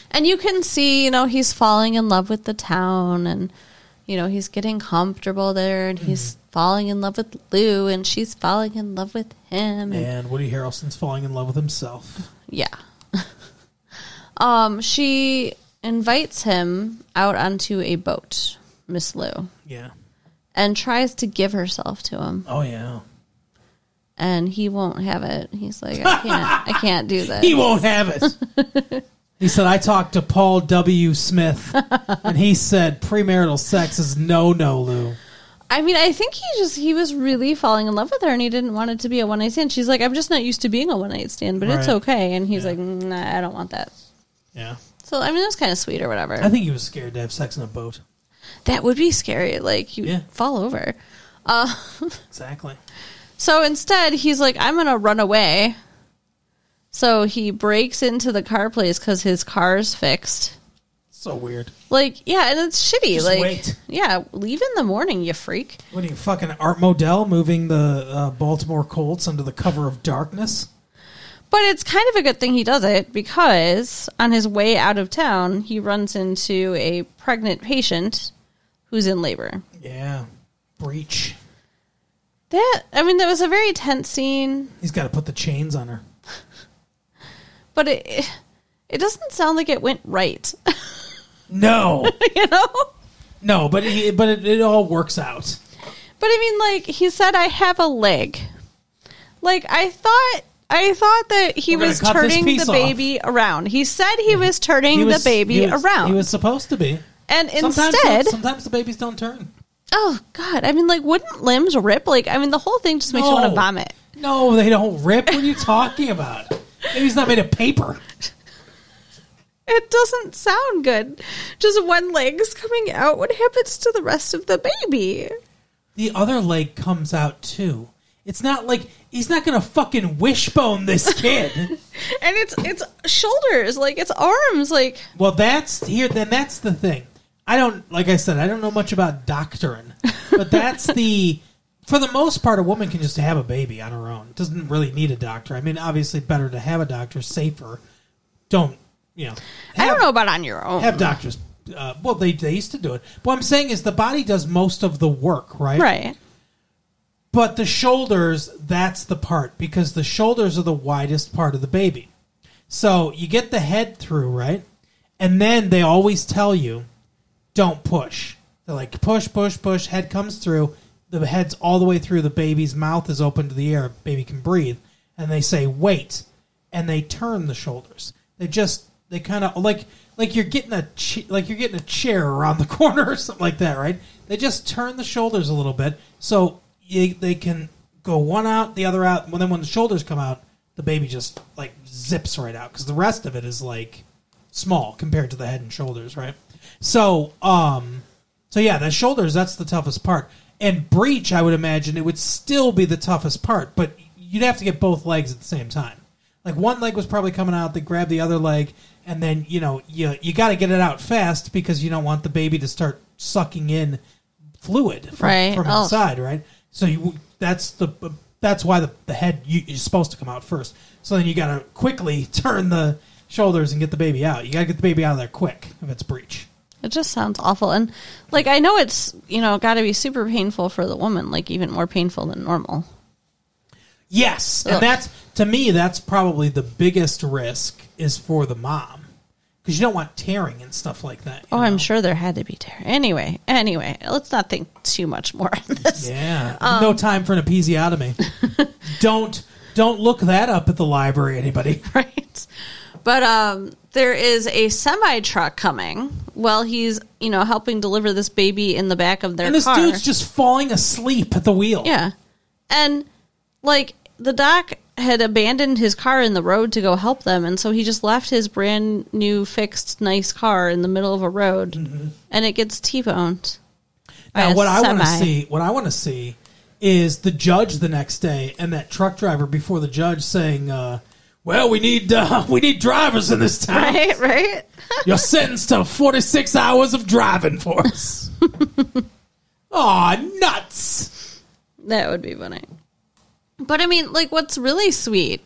Speaker 2: And you can see, you know, he's falling in love with the town and, you know, he's getting comfortable there and he's falling in love with Lou and she's falling in love with him. and-
Speaker 1: and Woody Harrelson's falling in love with himself.
Speaker 2: yeah. um, she invites him out onto a boat, Miss Lou,
Speaker 1: Yeah.
Speaker 2: and tries to give herself to him,
Speaker 1: Oh yeah.
Speaker 2: and he won't have it. He's like, I can't, I can't do this.
Speaker 1: He won't have it. he said, "I talked to Paul W. Smith, and he said premarital sex is no, no, Lou."
Speaker 2: I mean, I think he just he was really falling in love with her, and he didn't want it to be a one night stand. She's like, I'm just not used to being a one night stand, but it's
Speaker 1: Right.
Speaker 2: okay. And he's
Speaker 1: Yeah.
Speaker 2: like, Nah, I don't want that.
Speaker 1: Yeah.
Speaker 2: So I mean, it was kind of sweet or whatever.
Speaker 1: I think he was scared to have sex in a boat.
Speaker 2: that would be scary. Like you
Speaker 1: Yeah.
Speaker 2: fall over.
Speaker 1: Exactly.
Speaker 2: So instead, he's like, I'm going to run away. So he breaks into the car place because his car's fixed.
Speaker 1: So weird.
Speaker 2: Like, yeah, and it's shitty.
Speaker 1: Just
Speaker 2: like,
Speaker 1: wait.
Speaker 2: yeah, leave in the morning, you freak.
Speaker 1: What are you fucking Art Modell moving the uh, Baltimore Colts under the cover of darkness?
Speaker 2: But it's kind of a good thing he does it because on his way out of town, he runs into a pregnant patient who's in labor.
Speaker 1: Yeah, breach.
Speaker 2: That, I mean, that was a very tense scene,
Speaker 1: He's got to put the chains on her.
Speaker 2: but it, it doesn't sound like it went right.
Speaker 1: No,
Speaker 2: you know?
Speaker 1: no, but he, but it, it all works out.
Speaker 2: But I mean, like he said, I have a leg. Like I thought, I thought that he
Speaker 1: We're gonna
Speaker 2: was
Speaker 1: cut this
Speaker 2: turning
Speaker 1: piece
Speaker 2: the baby around. He said he was turning
Speaker 1: He was-
Speaker 2: the baby
Speaker 1: he was-
Speaker 2: around,
Speaker 1: He was supposed to be.
Speaker 2: and
Speaker 1: Sometimes-
Speaker 2: instead,
Speaker 1: sometimes the babies don't turn.
Speaker 2: oh god! I mean, like wouldn't limbs rip? Like I mean, the whole thing just makes you want
Speaker 1: No.
Speaker 2: to vomit.
Speaker 1: No, they don't rip. What are you talking about? Baby's not made of paper.
Speaker 2: It doesn't sound good. Just one leg's coming out. What happens to the rest of the baby?
Speaker 1: the other leg comes out too. It's not like he's not gonna fucking wishbone this kid.
Speaker 2: And it's it's shoulders, like it's arms, like
Speaker 1: well, that's here. Then that's the thing. I don't like I said. I don't know much about doctrine, but that's the for the most part, a woman can just have a baby on her own. Doesn't really need a doctor. I mean, obviously, better to have a doctor, safer. Don't you know?
Speaker 2: I
Speaker 1: have-
Speaker 2: don't know about on your own.
Speaker 1: have doctors. Uh, well, they they used to do it. But what I'm saying is the body does most of the work, right?
Speaker 2: Right.
Speaker 1: But the shoulders, that's the part because the shoulders are the widest part of the baby. So you get the head through, right? And then they always tell you, don't push. They're like, push, push, push. Head comes through. The head's all the way through. The baby's mouth is open to the air. Baby can breathe. And they say, wait. And they turn the shoulders. They just they kind of like like you're getting a ch- like you're getting a chair around the corner or something like that, right? They just turn the shoulders a little bit so you, they can go one out, the other out. When then when the shoulders come out, the baby just like zips right out because the rest of it is like small compared to the head and shoulders, right? So um, so yeah, the shoulders that's the toughest part. And breach, I would imagine it would still be the toughest part, but you'd have to get both legs at the same time. Like one leg was probably coming out, they grab the other leg, and then you know you you got to get it out fast because you don't want the baby to start sucking in fluid from,
Speaker 3: Right.
Speaker 1: from
Speaker 3: Oh.
Speaker 1: inside, right? So you that's the that's why the, the head you, is supposed to come out first. So then you got to quickly turn the shoulders and get the baby out. You got to get the baby out of there quick if it's breach.
Speaker 2: It just sounds awful. And like I know it's, you know, got to be super painful for the woman, like even more painful than normal.
Speaker 1: Yes,
Speaker 2: Ugh.
Speaker 1: and that's to me that's probably the biggest risk is for the mom because you don't want tearing and stuff like that. you
Speaker 2: Oh, I'm
Speaker 1: know?
Speaker 2: sure there had to be tear. Anyway, anyway, let's not think too much more on this.
Speaker 1: Yeah,
Speaker 2: um,
Speaker 1: no time for an episiotomy. don't don't look that up at the library, anybody.
Speaker 2: right? But um, there is a semi truck coming while he's, you know, helping deliver this baby in the back of their
Speaker 1: And this
Speaker 2: car.
Speaker 1: dude's just falling asleep at the wheel.
Speaker 2: yeah, and like the doc had abandoned his car in the road to go help them, and so he just left his brand new, fixed, nice car in the middle of a road, and it gets t boned.
Speaker 1: Mm-hmm. Now, what I want to see, what I want to see, is the judge the next day and that truck driver before the judge saying, uh, "Well, we need uh, we need drivers in this town.
Speaker 2: Right, right.
Speaker 1: You're sentenced to 46 hours of driving for us." Aw, nuts!
Speaker 2: That would be funny. But I mean, like, what's really sweet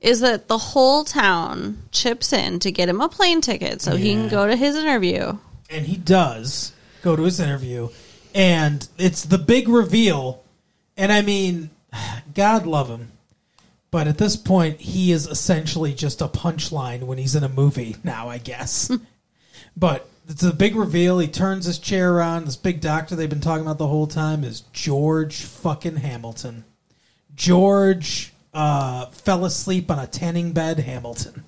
Speaker 2: is that the whole town chips in to get him a plane ticket so he can
Speaker 1: Yeah.
Speaker 2: go to his interview.
Speaker 1: And he does go to his interview, and it's the big reveal. And I mean, God love him. But at this point, he is essentially just a punchline when he's in a movie now, I guess. but it's a big reveal. He turns his chair around. This big doctor they've been talking about the whole time is George fucking Hamilton. George uh, fell asleep on a tanning bed, Hamilton.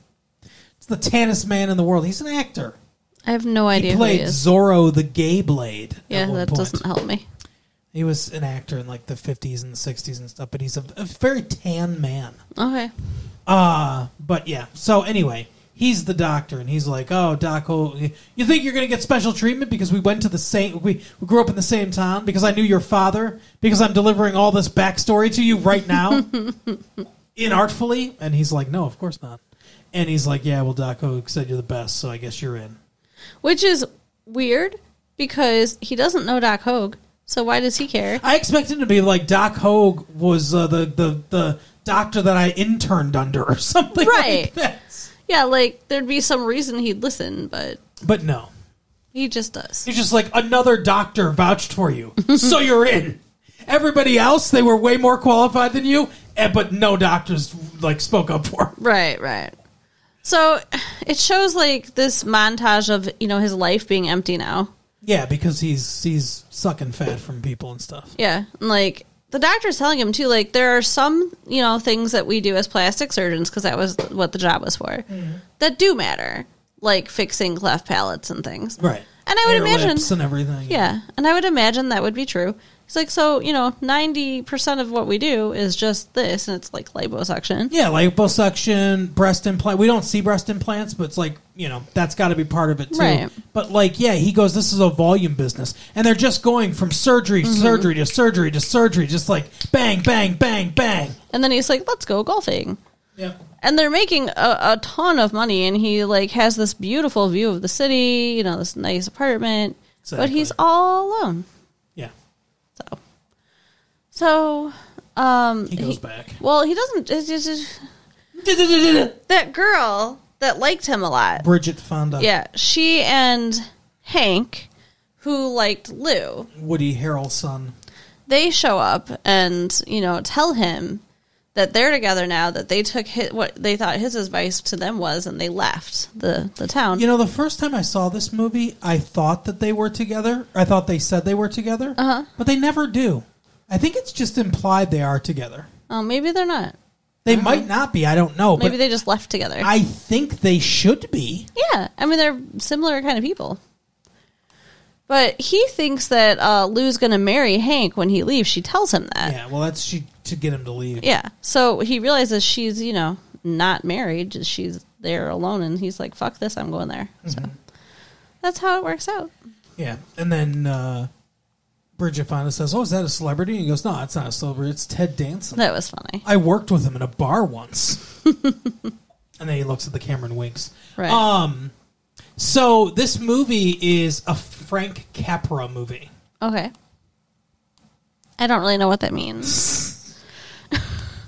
Speaker 1: It's the tannest man in the world. He's an actor.
Speaker 2: I have no idea
Speaker 1: He
Speaker 2: who he
Speaker 1: played
Speaker 2: is.
Speaker 1: Zorro the Gay Blade. at
Speaker 2: Yeah,
Speaker 1: one
Speaker 2: that
Speaker 1: point.
Speaker 2: doesn't help me.
Speaker 1: He was an actor in like the 50s and 60s and stuff, but he's a, a very tan man.
Speaker 2: Okay.
Speaker 1: Uh, but yeah. So anyway, he's the doctor, and he's like, "Oh, Doc, Hol- you think you're gonna get special treatment because we went to the same, we, we grew up in the same town, because I knew your father, because I'm delivering all this backstory to you right now, inartfully." And he's like, "No, of course not." And he's like, "Yeah, well, Doc Oak said you're the best, so I guess you're in."
Speaker 2: Which is weird because he doesn't know Doc Hogue, so why does he care?
Speaker 1: I expect him to be like Doc Hogue was uh, the the the doctor that I interned under or something
Speaker 2: Right.
Speaker 1: like that.
Speaker 2: Yeah, like there'd be some reason he'd listen, but
Speaker 1: But no,
Speaker 2: he just does.
Speaker 1: He's just like another doctor vouched for you, so you're in. Everybody else, they were way more qualified than you, eh, but no doctors like spoke up for. Him.
Speaker 2: Right, right. So it shows like this montage of, you know, his life being empty now.
Speaker 1: Yeah, because he's he's sucking fat from people and stuff.
Speaker 2: Yeah, and like the doctor's telling him too. Like there are some you know things that we do as plastic surgeons because that was what the job was for that do matter, like fixing cleft palates and things.
Speaker 1: Right.
Speaker 2: And I would
Speaker 1: Air
Speaker 2: imagine-
Speaker 1: lips and everything.
Speaker 2: Yeah, and I would imagine that would be true. He's like, so you know, ninety percent of what we do is just this, and it's like liposuction.
Speaker 1: Yeah, liposuction, breast implant. We don't see breast implants, but it's like you know that's got to be part of it too.
Speaker 2: Right.
Speaker 1: But like, yeah, he goes, "This is a volume business," and they're just going from surgery,
Speaker 2: Mm-hmm.
Speaker 1: to surgery to surgery to surgery, just like bang, bang, bang, bang.
Speaker 2: And then he's like, let's go golfing.
Speaker 1: Yeah.
Speaker 2: and they're making a, a ton of money and he like has this beautiful view of the city you know this nice apartment but he's
Speaker 1: Exactly.
Speaker 2: all alone
Speaker 1: Yeah.
Speaker 2: so so um
Speaker 1: He goes back.
Speaker 2: well he doesn't it's just- it's- that girl that liked him a lot
Speaker 1: Bridget Fonda,
Speaker 2: yeah she and hank who liked lou
Speaker 1: Woody Harrelson.
Speaker 2: they show up and you know tell him that they're together now that they took his, what they thought his advice to them was and they left the the town
Speaker 1: You know, the first time I saw this movie, I thought that they were together. I thought they said they were together, uh-huh. but they never do. I think it's just implied they are together.
Speaker 2: Oh, maybe they're not.
Speaker 1: They might not be. I don't know.
Speaker 2: Maybe
Speaker 1: but
Speaker 2: they just left together.
Speaker 1: I think they should be.
Speaker 2: yeah, I mean they're similar kind of people. But he thinks that uh, Lou's going to marry Hank when he leaves. She tells him that.
Speaker 1: Yeah. Well, that's she, to get him to leave.
Speaker 2: Yeah. So he realizes she's, you know, not married. just She's there alone, and he's like, "Fuck this! I'm going there." So
Speaker 1: Mm-hmm.
Speaker 2: that's how it works out.
Speaker 1: Yeah, and then uh, Bridget Fonda says, "Oh, is that a celebrity?" And he goes, "No, it's not a celebrity. It's Ted Danson.
Speaker 2: That was funny.
Speaker 1: I worked with him in a bar once." and then he looks at the camera and winks.
Speaker 2: Right.
Speaker 1: Um, so this movie is a Frank Capra movie.
Speaker 2: Okay. I don't really know what that means.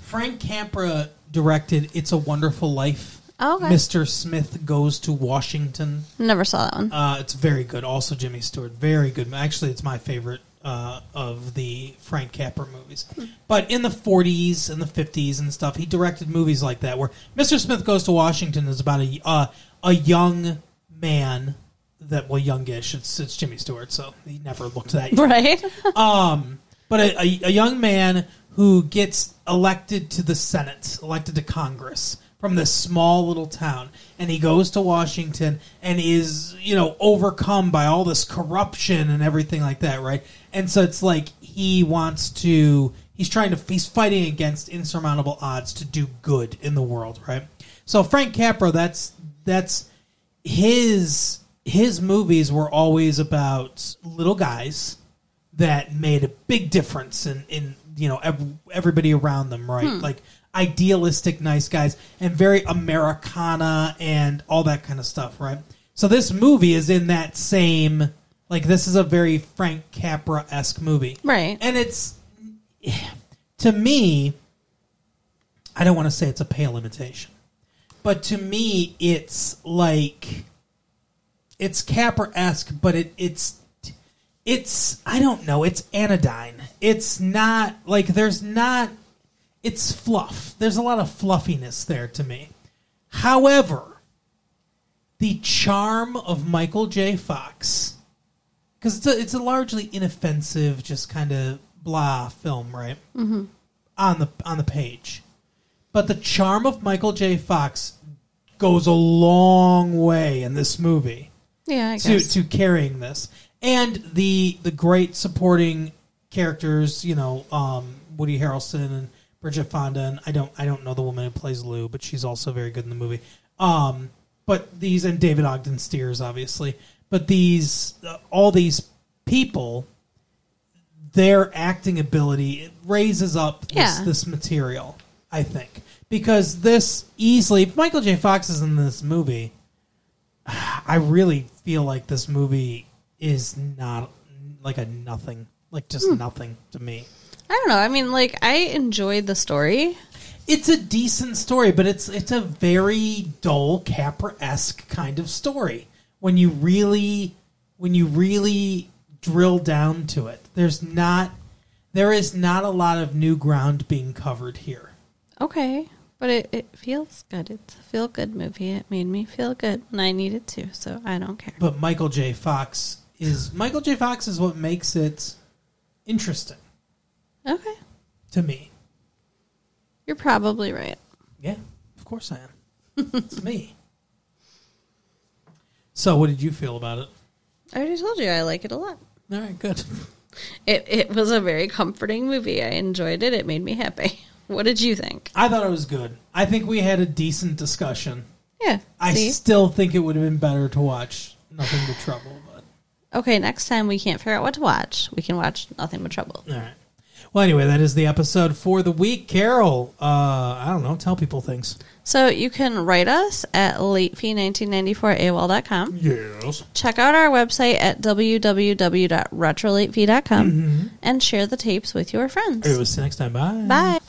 Speaker 1: Frank Capra directed "It's a Wonderful Life."
Speaker 2: Okay.
Speaker 1: Mr. Smith goes to Washington.
Speaker 2: Never saw that one.
Speaker 1: Uh, it's very good. Also, Jimmy Stewart, very good. Actually, it's my favorite uh, of the Frank Capra movies. But in the 40s and the 50s and stuff, he directed movies like that where Mr. Smith Goes to Washington is about a uh, a young man that well, youngish. It's it's Jimmy Stewart, so he never looked that young.
Speaker 2: Right?
Speaker 1: But a, a, a young man who gets elected to the Senate, elected to Congress from this small little town, and he goes to Washington and is, you know, overcome by all this corruption and everything like that, right? And so it's like he wants to, he's trying to, he's fighting against insurmountable odds to do good in the world, right? So Frank Capra, that's, that's, his his movies were always about little guys that made a big difference in in you know ev- everybody around them right like idealistic nice guys and very americana and all that kind of stuff right so this movie is in that same like this is a very frank capra-esque movie
Speaker 2: Right.
Speaker 1: and it's to me i don't want to say it's a pale imitation but to me it's like it's capra-esque but it, it's it's i don't know it's anodyne it's not like there's not it's fluff there's a lot of fluffiness there to me however the charm of michael j fox because it's a, it's a largely inoffensive just kind of blah film right mm-hmm. on the on the page but the charm of Michael J. Fox goes a long way in this movie
Speaker 2: yeah, I
Speaker 1: to,
Speaker 2: guess.
Speaker 1: to carrying this, and the the great supporting characters, you know, um, Woody Harrelson and Bridget Fonda, and I don't I don't know the woman who plays Lou, but she's also very good in the movie. Um, but these and David Ogden Steers, obviously, but these uh, all these people, their acting ability it raises up this,
Speaker 2: Yeah.
Speaker 1: this material, I think, because this easily if Michael J. Fox is in this movie. I really feel like this movie is not like a nothing, like just nothing to me.
Speaker 2: I don't know. I mean, like, I enjoyed the story.
Speaker 1: It's a decent story, but it's it's a very dull Capra esque kind of story. When you really when you really drill down to it, there's not there is not a lot of new ground being covered here.
Speaker 2: Okay. But it, it feels good. It's a feel good movie. It made me feel good, and I needed to, so I don't care.
Speaker 1: But Michael J. Fox is Michael J. Fox is what makes it interesting
Speaker 2: Okay.
Speaker 1: to me.
Speaker 2: You're probably right.
Speaker 1: Yeah, of course I am. it's me. So, what did you feel about it?
Speaker 2: I already told you I like it a lot.
Speaker 1: All right, good.
Speaker 2: It, it was a very comforting movie. I enjoyed it. It made me happy. What did you think?
Speaker 1: I thought it was good. I think we had a decent discussion.
Speaker 2: Yeah.
Speaker 1: I
Speaker 2: see?
Speaker 1: still think it would have been better to watch Nothing But Trouble, but
Speaker 2: Okay, next time we can't figure out what to watch, we can watch Nothing But Trouble.
Speaker 1: all right. Well, anyway, that is the episode for the week. Carol, uh, I don't know, tell people things.
Speaker 2: So you can write us at latefee1994aol.com.
Speaker 1: Yes.
Speaker 2: Check out our website at www.retrolatefee.com and share the tapes with your friends.
Speaker 1: All right, we'll see you next time. Bye.
Speaker 2: Bye.